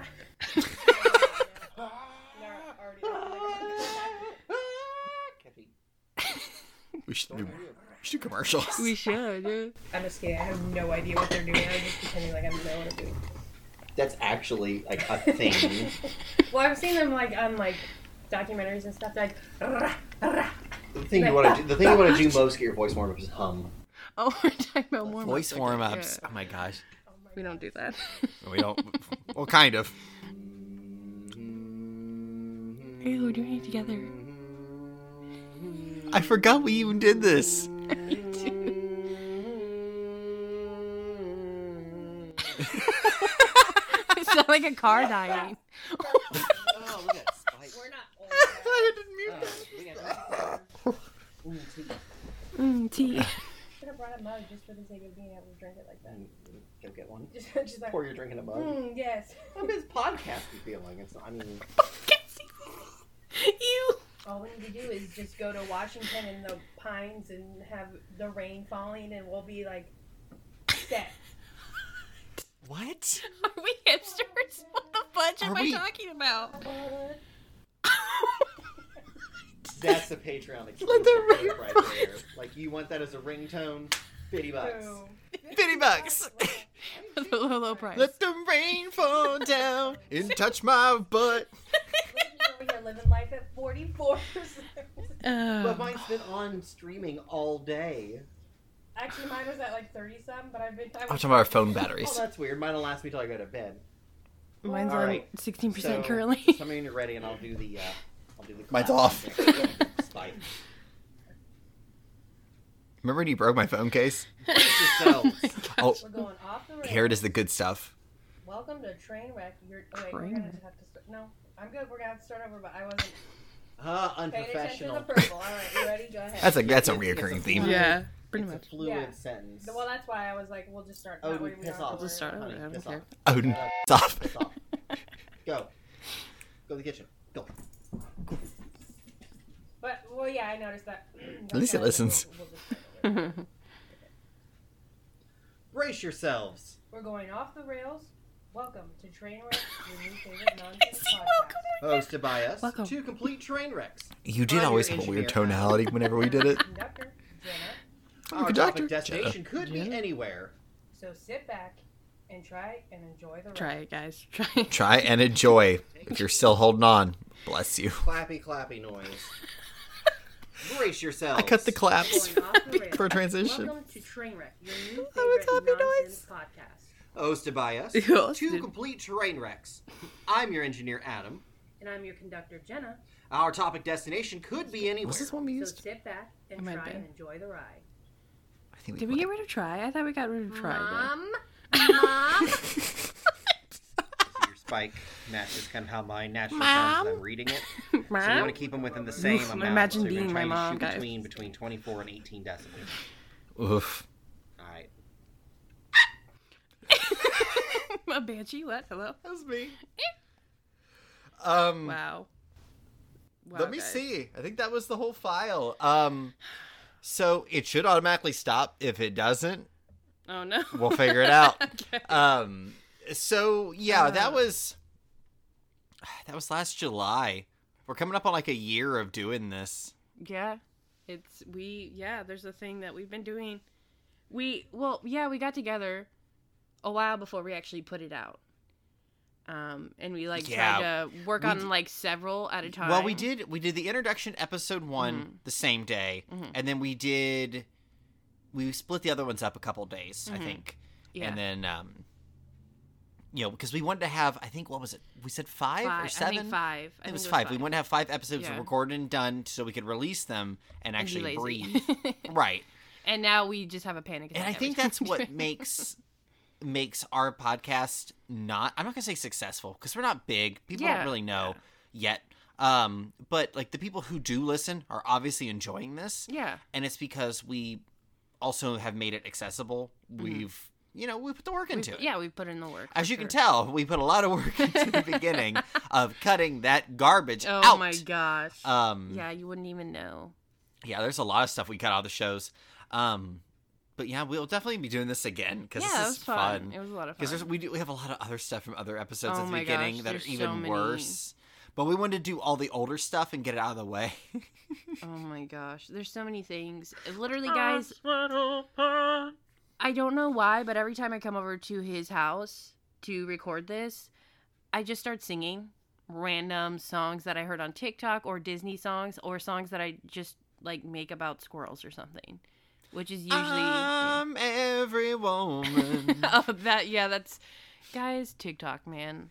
Speaker 6: Not already-
Speaker 5: Caffeine.
Speaker 1: We should do, we should do commercials.
Speaker 2: We should. yeah.
Speaker 6: I'm just kidding. I have no idea what they're doing. I'm just pretending like I know what I'm doing.
Speaker 5: That's actually like a [LAUGHS] thing.
Speaker 6: Well, I've seen them like on like documentaries and stuff. Like,
Speaker 5: the thing you want to do. The thing you want to do most to get your voice warm up is hum.
Speaker 2: [LAUGHS] Oh, we're talking about warm
Speaker 1: [LAUGHS] Voice warm ups. Oh my gosh.
Speaker 2: We don't do that.
Speaker 1: We don't.
Speaker 2: [LAUGHS]
Speaker 1: well, kind of.
Speaker 5: Mm-hmm.
Speaker 2: Ew, we're doing it together.
Speaker 5: Mm-hmm.
Speaker 1: [LAUGHS] I forgot we even did this. [LAUGHS]
Speaker 5: [LAUGHS]
Speaker 2: [LAUGHS] it's not like a car dying.
Speaker 5: Oh, look at that spike.
Speaker 6: we're not old.
Speaker 1: I didn't mute
Speaker 2: Uh,
Speaker 5: Oh, look at [LAUGHS] that.
Speaker 2: Mm, [LAUGHS] tea.
Speaker 6: should have brought a mug just for the sake of being able to drink it like that. [LAUGHS]
Speaker 5: Go get one.
Speaker 6: Just, just like,
Speaker 5: Pour your drink in a mug.
Speaker 6: [LAUGHS] mm, yes.
Speaker 5: I'm his podcasting feeling. It's I mean,
Speaker 2: you.
Speaker 6: All we need to do is just go to Washington and the pines and have the rain falling, and we'll be like set.
Speaker 1: What?
Speaker 2: Are we hipsters? What the fudge am
Speaker 1: Are
Speaker 2: I
Speaker 1: we-
Speaker 2: talking about?
Speaker 5: [LAUGHS] that's a
Speaker 6: [LAUGHS]
Speaker 5: Patreon exclusive clip right there. Like you want that as a ringtone? Fifty bucks. [LAUGHS]
Speaker 6: Boom.
Speaker 1: Fifty bucks.
Speaker 2: For the low, low price.
Speaker 1: Let the rain
Speaker 6: Oh,
Speaker 1: fall [LAUGHS] down and touch my butt.
Speaker 6: Over here living life at 44. Um.
Speaker 5: But
Speaker 2: [LAUGHS] Uh,
Speaker 5: mine's been on streaming all day.
Speaker 6: Actually, mine was at like 30 some, but I've been. I
Speaker 1: I'm
Speaker 6: was,
Speaker 1: talking about our phone
Speaker 5: Oh,
Speaker 1: batteries.
Speaker 5: that's weird. Mine'll last me till I go to bed.
Speaker 2: mine's
Speaker 5: All
Speaker 2: on
Speaker 5: right.
Speaker 2: 16%
Speaker 5: So,
Speaker 2: currently.
Speaker 5: Tell me when you're ready, and I'll do the. Uh, I'll do the.
Speaker 1: Mine's
Speaker 5: clap.
Speaker 1: off.
Speaker 6: [LAUGHS]
Speaker 5: Spike.
Speaker 1: Remember when you broke my phone [LAUGHS] case?
Speaker 2: [LAUGHS]
Speaker 5: So,
Speaker 1: Oh,
Speaker 6: we're going off the road.
Speaker 1: here it is the good stuff.
Speaker 6: Welcome to train wreck. You're. Oh, wait, we're gonna
Speaker 2: Train
Speaker 6: just have to start. No, I'm good. We're gonna have to start over, but I wasn't
Speaker 5: uh,
Speaker 6: paying attention to
Speaker 5: unprofessional.
Speaker 6: the purple. All right, you
Speaker 1: [LAUGHS]
Speaker 6: ready? Go ahead.
Speaker 1: That's a that's a
Speaker 5: It's- it's a
Speaker 1: reoccurring
Speaker 5: fly.
Speaker 1: theme.
Speaker 5: Yeah,
Speaker 2: pretty
Speaker 5: It's a fluid
Speaker 6: Yeah.
Speaker 5: sentence.
Speaker 6: well, that's why I was like, we'll just start.
Speaker 5: Oh,
Speaker 6: that way we
Speaker 5: piss
Speaker 6: don't have to
Speaker 5: off.
Speaker 2: We'll just
Speaker 6: worry.
Speaker 2: start over.
Speaker 5: Honey,
Speaker 2: I don't
Speaker 5: piss
Speaker 2: care.
Speaker 5: off.
Speaker 1: Odin,
Speaker 5: Uh,
Speaker 1: stop.
Speaker 5: piss off. Go. Go to the kitchen. Go.
Speaker 6: But well, yeah, I noticed that.
Speaker 1: [CLEARS THROAT]
Speaker 6: [CLEARS THROAT]
Speaker 1: At least it
Speaker 6: Okay,
Speaker 1: listens.
Speaker 6: we'll- we'll just start over.
Speaker 5: Brace yourselves.
Speaker 6: We're going off the rails. Welcome to Trainwreck, your new
Speaker 1: [LAUGHS]
Speaker 6: favorite nonsense podcast.
Speaker 5: Hosted by us.
Speaker 2: Welcome.
Speaker 5: Two complete train wrecks.
Speaker 1: You did
Speaker 5: I'm
Speaker 1: always
Speaker 5: your
Speaker 1: have a weird
Speaker 5: engineer.
Speaker 1: tonality whenever we did it.
Speaker 6: Conductor Jenna.
Speaker 1: I'm a
Speaker 5: Our
Speaker 1: conductor.
Speaker 5: topic destination could be
Speaker 2: Yeah.
Speaker 5: anywhere.
Speaker 6: So sit back and try and enjoy the
Speaker 2: [LAUGHS] [LAUGHS]
Speaker 6: ride.
Speaker 2: Try it, guys. Try.
Speaker 1: Try and enjoy. If you're still holding on, bless you.
Speaker 5: Clappy, clappy noise. Brace
Speaker 1: I
Speaker 5: yourselves.
Speaker 1: cut the claps
Speaker 6: Going off the rails.
Speaker 1: for transition.
Speaker 6: Welcome to Trainwreck, your new
Speaker 1: I'm a
Speaker 2: [LAUGHS]
Speaker 6: favorite
Speaker 1: clappy
Speaker 6: nonsense podcast.
Speaker 5: Hosted by us.
Speaker 2: Hosted.
Speaker 5: [LAUGHS] Two complete train wrecks. I'm your engineer, Adam.
Speaker 6: And I'm your conductor Jenna.
Speaker 5: Our topic destination could be anywhere.
Speaker 1: Was this one we
Speaker 6: So
Speaker 1: used?
Speaker 6: sit back and
Speaker 2: I might
Speaker 6: try
Speaker 2: be.
Speaker 6: and enjoy the ride.
Speaker 1: I think
Speaker 2: Did we get rid of try? I thought we got rid of try. though.
Speaker 6: Mom, mom.
Speaker 5: Your spike matches kind of how mine naturally sounds as I'm reading it. So you want to keep them within the same
Speaker 2: Oof,
Speaker 5: amount.
Speaker 2: imagine
Speaker 5: so you're
Speaker 2: being
Speaker 5: gonna
Speaker 2: my
Speaker 5: try
Speaker 2: mom,
Speaker 5: and shoot
Speaker 2: guys.
Speaker 5: Between, between 24 and 18 decibels.
Speaker 1: Oof.
Speaker 5: All right.
Speaker 2: [LAUGHS] A banshee? What? Hello?
Speaker 1: That was me.
Speaker 5: Hmm.
Speaker 1: Um,
Speaker 2: Wow. wow
Speaker 1: let me
Speaker 2: guys.
Speaker 1: see. I think that was the whole file. Um, so it should automatically stop. If it doesn't,
Speaker 2: Oh no.
Speaker 1: we'll figure it out.
Speaker 2: [LAUGHS] okay.
Speaker 1: um, so yeah,
Speaker 2: Uh.
Speaker 1: that was that was last July. We're coming up on like a year of doing this.
Speaker 2: Yeah. It's we yeah, there's a thing that we've been doing. We well, yeah, we got together a while before we actually put it out. Um and we like
Speaker 1: Yeah.
Speaker 2: tried to work
Speaker 1: We
Speaker 2: on
Speaker 1: d-
Speaker 2: like several at a time. Mm-hmm.
Speaker 1: Well, we did we did the introduction episode one the same day,
Speaker 2: Mhm.
Speaker 1: and then we did we split the other ones up a couple days,
Speaker 2: Mhm.
Speaker 1: I think,
Speaker 2: yeah.
Speaker 1: and then um, you know because we wanted to have I think what was it we said five, or seven
Speaker 2: I think five. I
Speaker 1: it
Speaker 2: think
Speaker 1: was five. We wanted to have five episodes
Speaker 2: Yeah.
Speaker 1: recorded and done so we could release them and
Speaker 2: And be
Speaker 1: actually breathe.
Speaker 2: [LAUGHS] lazy.
Speaker 1: right,
Speaker 2: and now we just have a panic attack.
Speaker 1: and I
Speaker 2: every
Speaker 1: think
Speaker 2: time
Speaker 1: that's
Speaker 2: we do
Speaker 1: what [LAUGHS]
Speaker 2: it. [LAUGHS]
Speaker 1: makes makes our podcast not i'm not gonna say successful because we're not big people
Speaker 2: Yeah.
Speaker 1: don't really know yet um but like the people who do listen are obviously enjoying this
Speaker 2: Yeah.
Speaker 1: and it's because we also have made it accessible we've you know we put the work into
Speaker 2: Mm-hmm. We've-
Speaker 1: it
Speaker 2: Yeah, we've put in the work.
Speaker 1: as
Speaker 2: for
Speaker 1: you can
Speaker 2: sure.
Speaker 1: tell we put a lot of work [LAUGHS] into
Speaker 2: [LAUGHS]
Speaker 1: the beginning of cutting that garbage
Speaker 2: Oh
Speaker 1: out
Speaker 2: my gosh.
Speaker 1: um
Speaker 2: yeah, you wouldn't even know.
Speaker 1: yeah, there's a lot of stuff we cut out of the shows. Um, but yeah, we'll definitely be doing this again because
Speaker 2: Yeah, it
Speaker 1: this
Speaker 2: was
Speaker 1: is
Speaker 2: fun.
Speaker 1: fun.
Speaker 2: It was a lot of fun.
Speaker 1: Because we do we have a lot of other stuff from other episodes
Speaker 2: Oh
Speaker 1: at the
Speaker 2: my
Speaker 1: beginning
Speaker 2: gosh,
Speaker 1: that
Speaker 2: there's
Speaker 1: are
Speaker 2: so
Speaker 1: even
Speaker 2: many.
Speaker 1: worse. But we wanted to do all the older stuff and get it out of the
Speaker 2: [LAUGHS]
Speaker 1: way.
Speaker 2: Oh my gosh, there's so many things. Literally, guys, I don't know why, but every time I come over to his house to record this, I just start singing random songs that I heard on TikTok or Disney songs or songs that I just like make about squirrels or something, which is usually
Speaker 1: I'm every woman.
Speaker 2: [LAUGHS] oh that yeah that's guys TikTok man.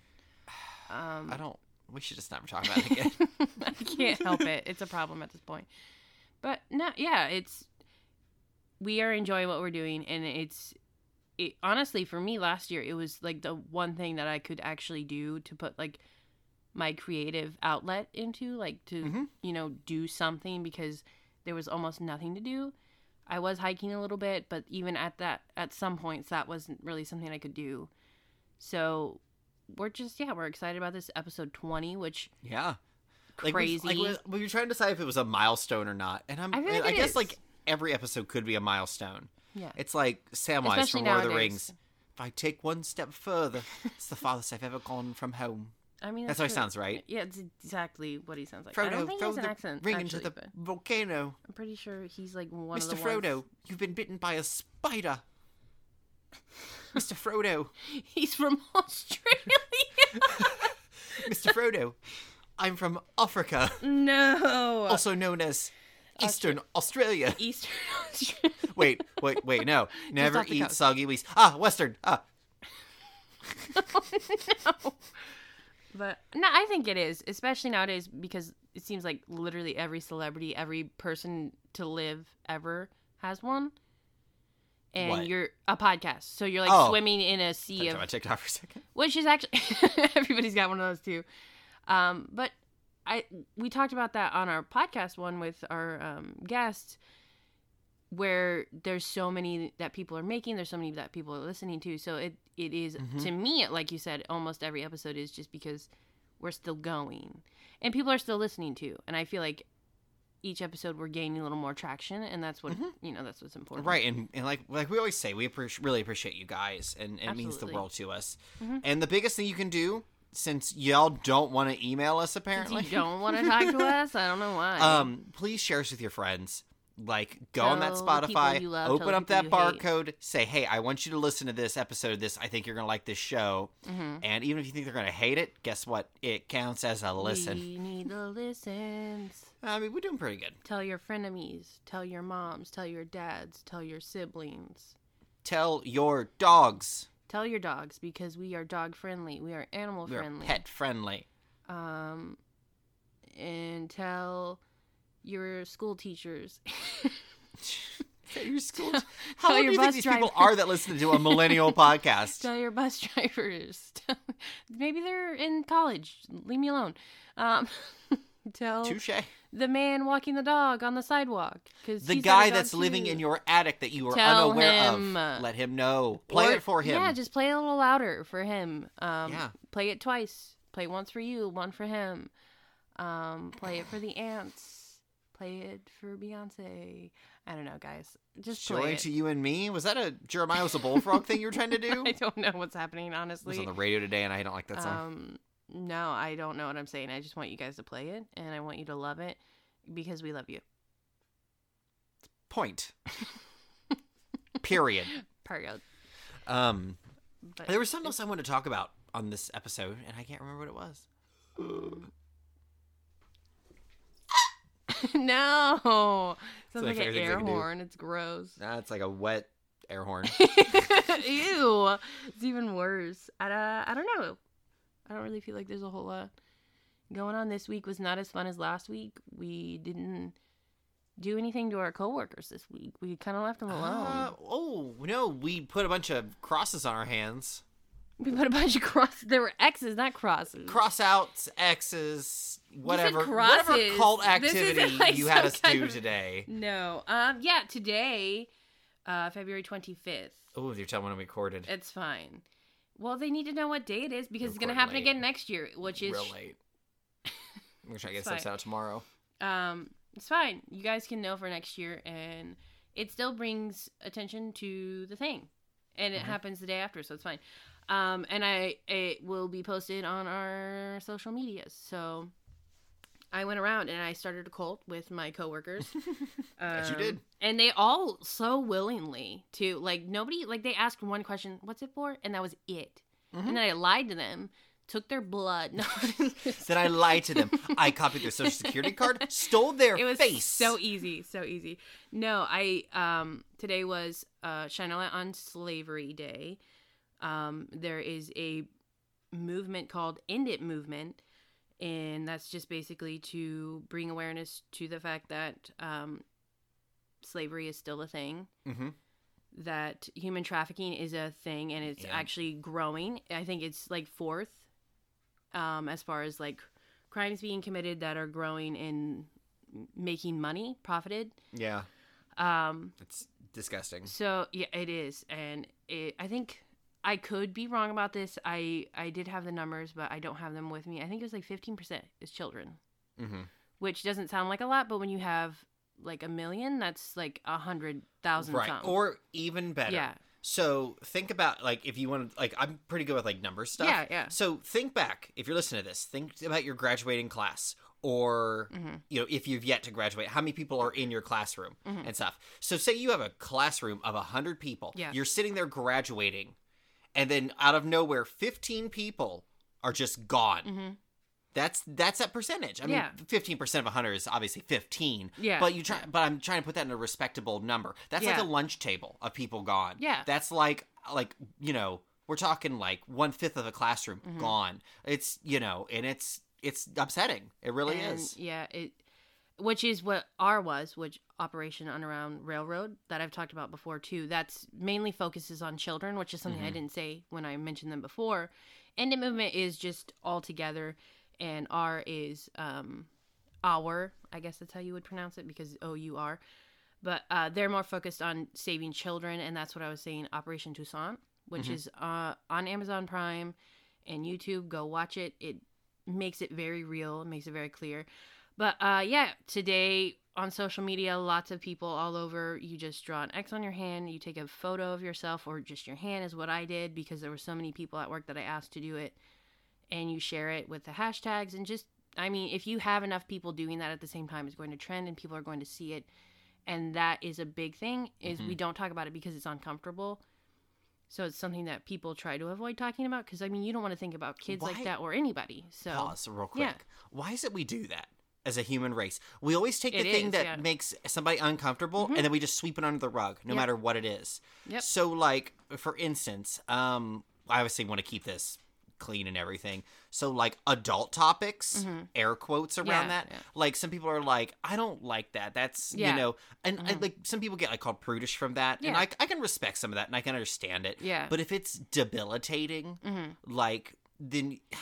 Speaker 2: Um,
Speaker 1: I don't. We should just never talk about it
Speaker 2: [LAUGHS]
Speaker 1: again. [LAUGHS]
Speaker 2: I can't help it. It's a problem at this point. But no, yeah, it's we are enjoying what we're doing, and it's it honestly for me last year it was like the one thing that I could actually do to put like my creative outlet into, like to
Speaker 1: Mhm.
Speaker 2: you know do something because there was almost nothing to do. I was hiking a little bit, but even at that at some points that wasn't really something I could do. So we're just yeah, we're excited about this episode twenty, which
Speaker 1: yeah, like we-
Speaker 2: crazy.
Speaker 1: like, we, we were trying to decide if it was a milestone or not, and I'm.
Speaker 2: I feel like it
Speaker 1: guess
Speaker 2: is.
Speaker 1: like every episode could be a milestone.
Speaker 2: yeah.
Speaker 1: It's like Samwise
Speaker 2: Especially
Speaker 1: from Lord of the
Speaker 2: nowadays.
Speaker 1: Rings. If I take one step further, it's the farthest I've ever gone from
Speaker 2: [LAUGHS]
Speaker 1: home.
Speaker 2: I mean,
Speaker 1: That's how he
Speaker 2: true.
Speaker 1: sounds, right?
Speaker 2: Yeah, it's exactly what he sounds like. I don't
Speaker 1: Frodo,
Speaker 2: think he
Speaker 1: throw
Speaker 2: has an
Speaker 1: the
Speaker 2: accent.
Speaker 1: ring
Speaker 2: actually,
Speaker 1: into the
Speaker 2: but
Speaker 1: volcano.
Speaker 2: I'm pretty sure he's like one
Speaker 1: Mr.
Speaker 2: of the ones-
Speaker 1: Frodo, you've been bitten by a spider. Mr. Frodo,
Speaker 2: [LAUGHS] He's from [LAUGHS] Australia.
Speaker 1: [LAUGHS] Mr. Frodo, I'm from Africa,
Speaker 2: [LAUGHS] no.
Speaker 1: also known as Eastern
Speaker 2: [LAUGHS]
Speaker 1: Australia. [LAUGHS]
Speaker 2: Eastern Australia.
Speaker 1: Wait, wait, wait, no. Never
Speaker 2: off the
Speaker 1: eat
Speaker 2: coast.
Speaker 1: soggy weeds. Ah, Western. Ah,
Speaker 2: [LAUGHS] no. But no, I think it is, especially nowadays because it seems like literally every celebrity, every person to live ever has one. And
Speaker 1: What?
Speaker 2: you're a podcast, so you're like
Speaker 1: Oh.
Speaker 2: swimming in a sea
Speaker 1: yeah.
Speaker 2: of
Speaker 1: I checked out for a second.
Speaker 2: which is actually [LAUGHS] everybody's got one of those too. Um, but I we talked about that on our podcast one with our um, guests, where there's so many that people are making, there's so many that people are listening to. So it it is-
Speaker 1: Mhm.
Speaker 2: to me, like you said, almost every episode is just because we're still going and people are still listening to, and I feel like each episode we're gaining a little more traction, and that's what
Speaker 1: Mhm.
Speaker 2: you know that's what's important,
Speaker 1: Right, and, and like like we always say, we appreci- really appreciate you guys, and it means the
Speaker 2: Absolutely.
Speaker 1: world to us.
Speaker 2: Mhm.
Speaker 1: And the biggest thing you can do, since y'all don't want to email us,
Speaker 2: Since
Speaker 1: apparently,
Speaker 2: you don't want to talk
Speaker 1: [LAUGHS]
Speaker 2: to us, I don't know why.
Speaker 1: um, please share us with your friends. Like, go on that
Speaker 2: Tell the people
Speaker 1: Spotify,
Speaker 2: you love, tell
Speaker 1: open
Speaker 2: the
Speaker 1: up that
Speaker 2: people you hate.
Speaker 1: barcode, say, "Hey, I want you to listen to this episode. Of this, I think you're gonna like this show."
Speaker 2: Mhm.
Speaker 1: And even if you think they're gonna hate it, guess what? It counts as a listen.
Speaker 2: We need the listens.
Speaker 1: I mean, we're doing pretty good.
Speaker 2: Tell your frenemies, tell your moms, tell your dads, tell your siblings,
Speaker 1: Tell your dogs
Speaker 2: tell your dogs because we are dog friendly. We are animal
Speaker 1: we're
Speaker 2: friendly.
Speaker 1: pet friendly.
Speaker 2: Um, and tell your school teachers.
Speaker 1: [LAUGHS] Tell your school.
Speaker 2: Tell-
Speaker 1: How
Speaker 2: tell
Speaker 1: old
Speaker 2: your
Speaker 1: do you think
Speaker 2: bus
Speaker 1: these
Speaker 2: driver.
Speaker 1: people are
Speaker 2: [LAUGHS]
Speaker 1: that listen to a millennial podcast?
Speaker 2: tell your bus drivers. [LAUGHS] Tell, maybe they're in college. Leave me alone. Um, [LAUGHS] tell
Speaker 1: Touche.
Speaker 2: the man walking the dog on the sidewalk because
Speaker 1: The guy that's living in your attic that you were
Speaker 2: Tell
Speaker 1: unaware
Speaker 2: him.
Speaker 1: of. Let him know. Play
Speaker 2: Or-
Speaker 1: it for him.
Speaker 2: Yeah, just play it a little louder for him. Um,
Speaker 1: Yeah.
Speaker 2: Play it twice. Play once for you, one for him. Um, play it for the ants. Play it for Beyonce. I don't know, guys. Just play
Speaker 1: Joy
Speaker 2: it.
Speaker 1: to you and me. Was that a Jeremiah was a bullfrog thing you were trying to do?
Speaker 2: [LAUGHS] I
Speaker 1: It
Speaker 2: don't know what's happening,
Speaker 1: was
Speaker 2: honestly.
Speaker 1: on the radio today, and I don't like that song.
Speaker 2: um, no, I don't know what I'm saying. I just want you guys to play it, and I want you to love it because we love you. [LAUGHS]
Speaker 1: Point. Period.
Speaker 2: Period.
Speaker 1: Um,
Speaker 2: But
Speaker 1: there was something else I wanted to talk about on this episode, and I can't remember what it was.
Speaker 2: [LAUGHS] no, sounds
Speaker 1: like
Speaker 2: like an
Speaker 1: everything
Speaker 2: air
Speaker 1: they can do.
Speaker 2: horn. It's gross.
Speaker 1: Nah, it's like a wet air
Speaker 2: [LAUGHS]
Speaker 1: horn.
Speaker 2: Ew, it's even worse. I uh, I don't know. I don't really feel like there's a whole lot going on. This week was not as fun as last week. We didn't do anything to our coworkers this week. We kind of left them alone.
Speaker 1: Uh, oh no, we put a bunch of crosses on our hands.
Speaker 2: we put a bunch of [LAUGHS] crosses. There were X's, not crosses.
Speaker 1: Crossouts, X's, whatever,
Speaker 2: crosses.
Speaker 1: whatever cult
Speaker 2: This isn't
Speaker 1: activity
Speaker 2: [LAUGHS] like
Speaker 1: you had
Speaker 2: some
Speaker 1: us
Speaker 2: kind
Speaker 1: do
Speaker 2: of- [LAUGHS]
Speaker 1: today.
Speaker 2: No. Um. Yeah. Today, uh, February twenty fifth.
Speaker 1: Oh, you're telling me when we recorded.
Speaker 2: It's fine. Well, they need to know what day it is because it's going to
Speaker 1: Recording
Speaker 2: happen
Speaker 1: late.
Speaker 2: again next year, which is
Speaker 1: real
Speaker 2: [LAUGHS]
Speaker 1: late. I'm gonna try to get
Speaker 2: It's
Speaker 1: this
Speaker 2: fine.
Speaker 1: out tomorrow.
Speaker 2: um it's fine. You guys can know for next year and it still brings attention to the thing. And it
Speaker 1: Mhm.
Speaker 2: happens the day after, so it's fine. Um and I it will be posted on our social medias. So I went around and I started a cult with my coworkers.
Speaker 1: As you
Speaker 2: Um,
Speaker 1: did.
Speaker 2: And they all so willingly too. Like nobody like they asked one question, what's it for? And that was it.
Speaker 1: Mhm.
Speaker 2: And then I lied to them, took their blood. [LAUGHS] No,
Speaker 1: [LAUGHS] Then I lied to them. I copied their social security card, stole their
Speaker 2: it was
Speaker 1: face.
Speaker 2: so easy, so easy. No, I um today was uh Shine a Light on Slavery Day. Um there is a movement called End It Movement and that's just basically to bring awareness to the fact that um slavery is still a thing.
Speaker 1: mm-hmm.
Speaker 2: that human trafficking is a thing and it's
Speaker 1: Yeah.
Speaker 2: actually growing. I think it's like fourth um, as far as like crimes being committed that are growing and m- making money, profited.
Speaker 1: Yeah,
Speaker 2: Um,
Speaker 1: it's disgusting.
Speaker 2: so yeah, it is, and it, I think I could be wrong about this. I I did have the numbers, but I don't have them with me. I think it was like fifteen percent is children,
Speaker 1: Mm-hmm.
Speaker 2: which doesn't sound like a lot, but when you have like a million, that's like a hundred thousand.
Speaker 1: Right,
Speaker 2: something.
Speaker 1: or even better.
Speaker 2: yeah,
Speaker 1: So think about like if you want to like I'm pretty good with like number stuff.
Speaker 2: yeah, yeah.
Speaker 1: So think back if you're listening to this. Think about your graduating class, or
Speaker 2: Mhm.
Speaker 1: you know if you've yet to graduate, how many people are in your classroom
Speaker 2: Mhm.
Speaker 1: and stuff. So say you have a classroom of hundred people.
Speaker 2: Yeah.
Speaker 1: You're sitting there graduating, and then out of nowhere, fifteen people are just gone.
Speaker 2: hmm
Speaker 1: That's that's that percentage. I mean,
Speaker 2: Yeah.
Speaker 1: fifteen percent of hundred is obviously fifteen.
Speaker 2: Yeah.
Speaker 1: But you try, but I'm trying to put that in a respectable number. That's like
Speaker 2: Yeah.
Speaker 1: a lunch table of people gone.
Speaker 2: Yeah.
Speaker 1: That's like like you know we're talking like one fifth of a classroom
Speaker 2: Mhm.
Speaker 1: gone. It's you know and it's it's upsetting. It really
Speaker 2: And,
Speaker 1: is.
Speaker 2: Yeah, it which is what R was, which Operation Underground Railroad that I've talked about before too. That's mainly focuses on children, which is something I
Speaker 1: Mhm.
Speaker 2: didn't say when I mentioned them before. End it movement is just all together, and R is um our, I guess that's how you would pronounce it because O U R. But uh, they're more focused on saving children, and that's what I was saying. Operation Toussaint, which
Speaker 1: Mhm.
Speaker 2: is uh, on Amazon Prime and YouTube. Go watch it. It makes it very real, it makes it very clear. But uh, yeah, today on social media, lots of people all over. You just draw an X on your hand. You take a photo of yourself, or just your hand is what I did because there were so many people at work that I asked to do it. And you share it with the hashtags and just, I mean, if you have enough people doing that at the same time, it's going to trend and people are going to see it. And that is a big thing. Is we don't talk about it because it's uncomfortable. So it's something that people try to avoid talking about because I mean, you don't want to think about kids
Speaker 1: Why-
Speaker 2: like that or anybody. So
Speaker 1: Pause real quick.
Speaker 2: yeah.
Speaker 1: Why is it we do that? As a human race, we always take the
Speaker 2: It
Speaker 1: thing
Speaker 2: is,
Speaker 1: that
Speaker 2: yeah.
Speaker 1: makes somebody uncomfortable
Speaker 2: Mhm.
Speaker 1: and then we just sweep it under the rug, no
Speaker 2: Yeah.
Speaker 1: matter what it is.
Speaker 2: Yep.
Speaker 1: So, like, for instance, um, I obviously want to keep this clean and everything. So, like, adult topics,
Speaker 2: Mhm.
Speaker 1: air quotes around
Speaker 2: Yeah,
Speaker 1: that.
Speaker 2: yeah.
Speaker 1: Like, some people are like, I don't like that. That's,
Speaker 2: Yeah.
Speaker 1: you know, and I,
Speaker 2: Mhm.
Speaker 1: like, some people get like called prudish from that. And
Speaker 2: Yeah.
Speaker 1: I, I can respect some of that and I can understand it.
Speaker 2: Yeah.
Speaker 1: But if it's debilitating,
Speaker 2: hmm
Speaker 1: like, then [SIGHS]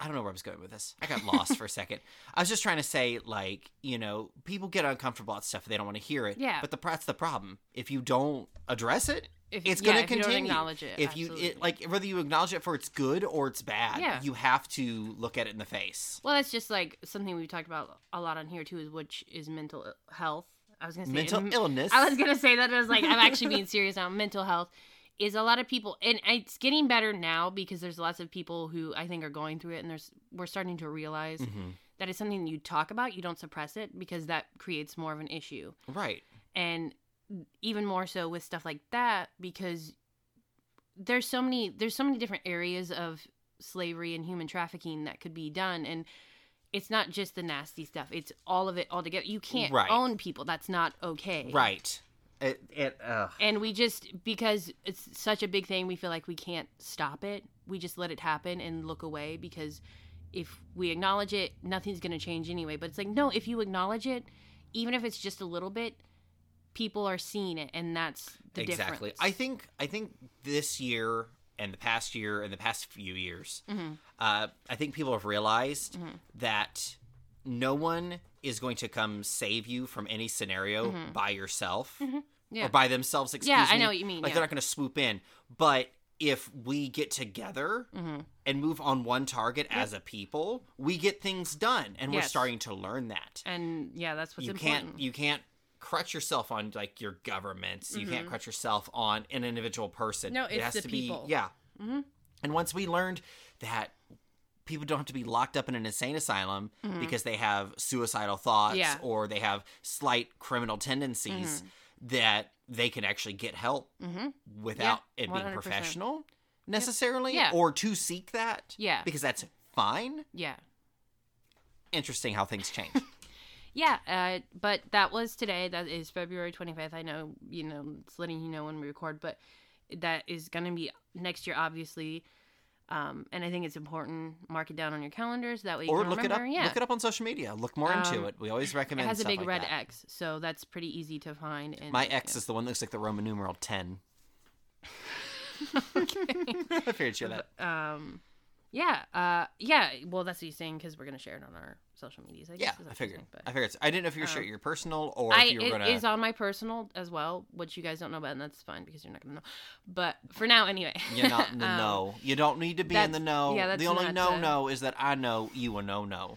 Speaker 1: I don't know where I was going with this. I got lost for a
Speaker 2: [LAUGHS]
Speaker 1: second. I was just trying to say, like, you know, people get uncomfortable at stuff, they don't want to hear it.
Speaker 2: Yeah.
Speaker 1: But the, that's the problem. If you don't address it,
Speaker 2: if,
Speaker 1: It's
Speaker 2: yeah,
Speaker 1: gonna
Speaker 2: if you don't
Speaker 1: continue.
Speaker 2: acknowledge it,
Speaker 1: if you
Speaker 2: absolutely.
Speaker 1: it, like whether you acknowledge it for it's good or it's bad
Speaker 2: Yeah.
Speaker 1: you have to look at it in the face
Speaker 2: well that's just like something we've talked about a lot on here too is which is mental i- health i was gonna say
Speaker 1: mental illness
Speaker 2: mm-hmm. i was gonna say that i was like i'm actually
Speaker 1: [LAUGHS]
Speaker 2: being serious now mental health is a lot of people and it's getting better now because there's lots of people who i think are going through it and there's we're starting to realize
Speaker 1: Mhm.
Speaker 2: that it's something you talk about you don't suppress it because that creates more of an issue
Speaker 1: right
Speaker 2: and even more so with stuff like that because there's so many there's so many different areas of slavery and human trafficking that could be done and it's not just the nasty stuff it's all of it all together you can't
Speaker 1: Right.
Speaker 2: own people that's not okay
Speaker 1: Right. It. It. Uh,
Speaker 2: and we just because it's such a big thing we feel like we can't stop it we just let it happen and look away because if we acknowledge it nothing's going to change anyway but it's like no if you acknowledge it even if it's just a little bit people are seeing it and that's the
Speaker 1: exactly.
Speaker 2: difference
Speaker 1: I think. I think this year and the past year and the past few years,
Speaker 2: Mhm.
Speaker 1: uh, I think people have realized
Speaker 2: Mhm.
Speaker 1: that no one is going to come save you from any scenario
Speaker 2: Mhm.
Speaker 1: by yourself
Speaker 2: Mm-hmm. Yeah.
Speaker 1: or by themselves. Excuse
Speaker 2: yeah i
Speaker 1: me.
Speaker 2: know what you mean
Speaker 1: Like
Speaker 2: yeah.
Speaker 1: they're not going to swoop in, but if we get together
Speaker 2: Mhm.
Speaker 1: and move on one target as a people, we get things done, and we're
Speaker 2: Yes.
Speaker 1: starting to learn that.
Speaker 2: and yeah that's what's
Speaker 1: you
Speaker 2: important
Speaker 1: can't you can't crutch yourself on like your governments. You can't crutch yourself on an individual person.
Speaker 2: Mm-hmm. No,
Speaker 1: it
Speaker 2: it's
Speaker 1: has
Speaker 2: the
Speaker 1: to
Speaker 2: people.
Speaker 1: be yeah.
Speaker 2: Mhm.
Speaker 1: And once we learned that people don't have to be locked up in an insane asylum because they have suicidal thoughts
Speaker 2: Mm-hmm. Yeah.
Speaker 1: or they have slight criminal tendencies,
Speaker 2: Mm-hmm.
Speaker 1: that they can actually get help
Speaker 2: Mhm.
Speaker 1: without
Speaker 2: Yeah,
Speaker 1: it being
Speaker 2: 100%.
Speaker 1: professional necessarily
Speaker 2: Yeah.
Speaker 1: or to seek that
Speaker 2: Yeah.
Speaker 1: because that's fine
Speaker 2: yeah
Speaker 1: interesting how things change
Speaker 2: Yeah, uh, but that was today. That is February 25th. I know, you know, it's letting you know when we record, but that is going to be next year, obviously. Um, and I think it's important. Mark it down on your calendars. That way you
Speaker 1: or
Speaker 2: can
Speaker 1: look it up
Speaker 2: remember. Yeah.
Speaker 1: look it up on social media look more into
Speaker 2: Um,
Speaker 1: it we always
Speaker 2: It
Speaker 1: recommend
Speaker 2: has a
Speaker 1: stuff
Speaker 2: big
Speaker 1: like
Speaker 2: red
Speaker 1: that.
Speaker 2: X, so that's pretty easy to find. And,
Speaker 1: my X is the one that looks like the roman numeral
Speaker 2: [LAUGHS]
Speaker 1: 10 [LAUGHS] i figured you that
Speaker 2: yeah. Um, yeah, uh, yeah. Well, that's what he's saying because we're gonna share it on our social medias. I guess,
Speaker 1: yeah
Speaker 2: is that
Speaker 1: i
Speaker 2: what you're
Speaker 1: figured
Speaker 2: saying, but-
Speaker 1: i figured it's, i didn't know if you were
Speaker 2: Um,
Speaker 1: sure your personal or
Speaker 2: I,
Speaker 1: if you were
Speaker 2: it
Speaker 1: gonna
Speaker 2: is on my personal as well, which you guys don't know about, and that's fine because you're not gonna know. But for now, anyway,
Speaker 1: [LAUGHS] you're not in the
Speaker 2: [LAUGHS] um,
Speaker 1: know you don't need to be in the
Speaker 2: that's-
Speaker 1: know
Speaker 2: yeah, that's
Speaker 1: the only
Speaker 2: not uh,
Speaker 1: no
Speaker 2: a-
Speaker 1: no is that i know you a no no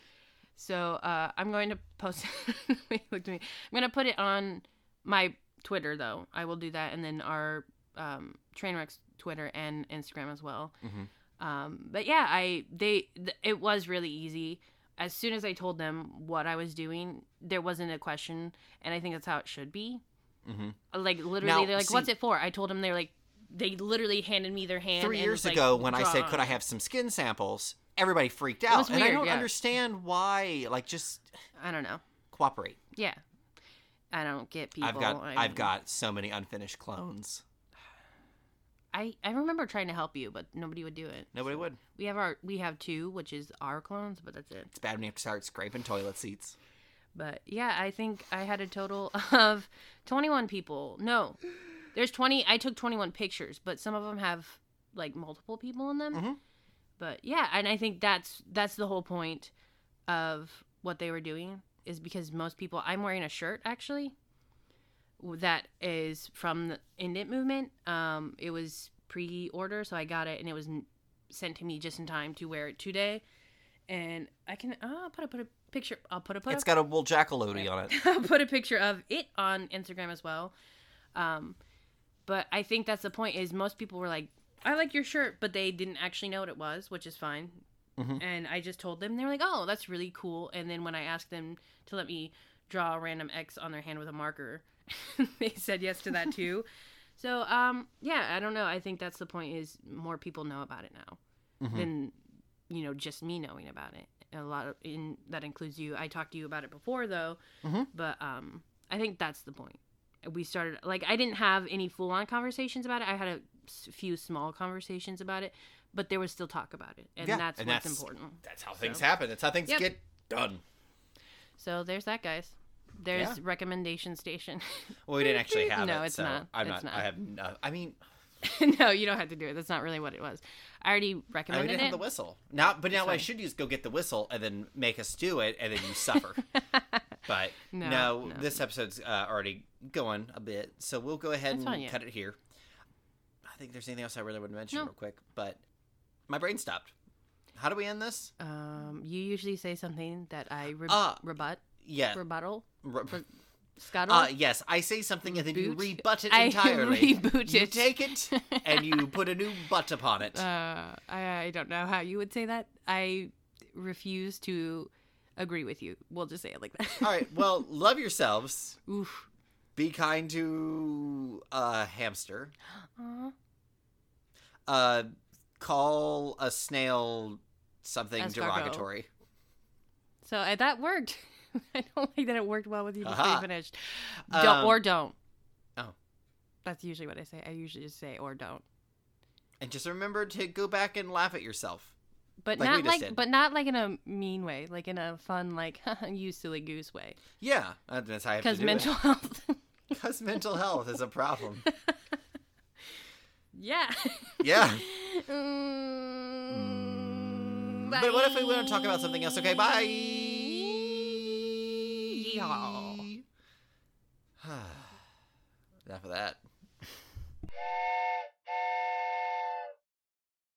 Speaker 2: So uh, I'm going to post. [LAUGHS] he looked at me. I'm going to put it on my Twitter though. I will do that, and then our um, Trainwreck's Twitter and Instagram as well.
Speaker 1: Mhm.
Speaker 2: Um, but yeah, I they th- it was really easy. As soon as I told them what I was doing, there wasn't a question, and I think that's how it should be.
Speaker 1: mm-hmm.
Speaker 2: Like literally,
Speaker 1: Now,
Speaker 2: they're like,
Speaker 1: see-
Speaker 2: "What's it for?" I told them they're like, they literally handed me their hand.
Speaker 1: three
Speaker 2: and
Speaker 1: years
Speaker 2: was like,
Speaker 1: ago when I
Speaker 2: "Draw
Speaker 1: said,
Speaker 2: on
Speaker 1: "Could I
Speaker 2: it."
Speaker 1: have some skin samples?" Everybody freaked out,
Speaker 2: was
Speaker 1: and I
Speaker 2: weird,
Speaker 1: don't
Speaker 2: yeah.
Speaker 1: understand why. Like, just
Speaker 2: I don't know.
Speaker 1: cooperate.
Speaker 2: Yeah, I don't get people.
Speaker 1: I've got
Speaker 2: I
Speaker 1: I have
Speaker 2: mean-
Speaker 1: got so many unfinished clones.
Speaker 2: I, I remember trying to help you, but nobody would do it.
Speaker 1: Nobody
Speaker 2: So-
Speaker 1: would.
Speaker 2: We have our we have two, which is our clones, but that's it.
Speaker 1: It's bad when you have to start scraping toilet seats.
Speaker 2: But yeah, I think I had a total [LAUGHS] of twenty one people. No, there's twenty. I took twenty one pictures, but some of them have like multiple people in them.
Speaker 1: Mhm.
Speaker 2: But yeah, and I think that's that's the whole point of what they were doing is because most people. I'm wearing a shirt actually that is from the Indent Movement. Um, it was pre-order, so I got it, and it was n- sent to me just in time to wear it today. And I can oh, I'll put a put a picture. I'll put a put
Speaker 1: It's
Speaker 2: a
Speaker 1: got a wool jackaloady on it.
Speaker 2: I'll [LAUGHS] put a picture of it on Instagram as well. Um, but I think that's the point is most people were like, I like your shirt, but they didn't actually know what it was, which is fine.
Speaker 1: Mhm.
Speaker 2: And I just told them, they were like, oh, that's really cool. And then when I asked them to let me draw a random X on their hand with a marker, [LAUGHS] they said yes to that too. so, um, yeah, I don't know. I think that's the point is more people know about it now
Speaker 1: Mhm.
Speaker 2: than you know just me knowing about it a lot of in that includes you i talked to you about it before though
Speaker 1: Mhm.
Speaker 2: but um i think that's the point we started like i didn't have any full-on conversations about it i had a s- few small conversations about it but there was still talk about it and
Speaker 1: Yeah,
Speaker 2: that's
Speaker 1: and
Speaker 2: what's
Speaker 1: that's-
Speaker 2: important
Speaker 1: That's how
Speaker 2: things
Speaker 1: happen. That's how things
Speaker 2: Yep.
Speaker 1: get done.
Speaker 2: so there's that guys there's
Speaker 1: Yeah.
Speaker 2: recommendation station [LAUGHS]
Speaker 1: Well, we didn't actually have it.
Speaker 2: Mm, No, it's
Speaker 1: so
Speaker 2: not.
Speaker 1: I'm
Speaker 2: It's
Speaker 1: not,
Speaker 2: not.
Speaker 1: I have. No, I mean,
Speaker 2: no you don't have to do it that's not really what it was i already
Speaker 1: I mean, we
Speaker 2: recommended
Speaker 1: didn't have
Speaker 2: it
Speaker 1: the whistle. Now, but now what I
Speaker 2: fine.
Speaker 1: should do is go get the whistle and then make us do it, and then you
Speaker 2: [LAUGHS]
Speaker 1: suffer. but
Speaker 2: No,
Speaker 1: no,
Speaker 2: no.
Speaker 1: this episode's uh, already going a bit, so we'll go ahead and
Speaker 2: That's fine, yeah.
Speaker 1: cut it here. I think there's anything else I really would mention
Speaker 2: No.
Speaker 1: real quick, but my brain stopped. How do we end this?
Speaker 2: um you usually say something that i re-
Speaker 1: Ah.
Speaker 2: rebut
Speaker 1: Yeah.
Speaker 2: rebuttal
Speaker 1: re-
Speaker 2: re- scuttle [LAUGHS]
Speaker 1: uh, yes, I say something and then you
Speaker 2: Reboot?
Speaker 1: rebut it
Speaker 2: I [LAUGHS]
Speaker 1: entirely.
Speaker 2: reboot
Speaker 1: You
Speaker 2: it. [LAUGHS]
Speaker 1: take it and you put a new butt upon it.
Speaker 2: Uh, I, I don't know how you would say that. I refuse to agree with you. We'll just say it like that.
Speaker 1: All right. Well, love yourselves.
Speaker 2: [LAUGHS] Oof.
Speaker 1: Be kind to a hamster. Uh-huh.
Speaker 2: Aw.
Speaker 1: Uh, call a snail something
Speaker 2: Escargot.
Speaker 1: derogatory.
Speaker 2: So uh, that worked. [LAUGHS] I don't like that it worked well with you before
Speaker 1: Aha.
Speaker 2: you finished. Don't
Speaker 1: Uh-huh. Um,
Speaker 2: or don't.
Speaker 1: oh.
Speaker 2: That's usually what I say. I usually just say or don't.
Speaker 1: And just remember to go back and laugh at yourself.
Speaker 2: But
Speaker 1: Like we
Speaker 2: not
Speaker 1: just
Speaker 2: like
Speaker 1: did.
Speaker 2: but not like in a mean way, like in a fun like [LAUGHS] you silly goose way.
Speaker 1: Yeah, that- that's how I have to
Speaker 2: Cuz
Speaker 1: do [LAUGHS]
Speaker 2: mental
Speaker 1: it.
Speaker 2: health. [LAUGHS]
Speaker 1: Because mental health is a problem.
Speaker 2: yeah.
Speaker 1: Yeah.
Speaker 2: [LAUGHS] Mm,
Speaker 1: But what if we want to talk about
Speaker 2: bye.
Speaker 1: something else? Okay, bye. Yeehaw. [SIGHS] Enough of that.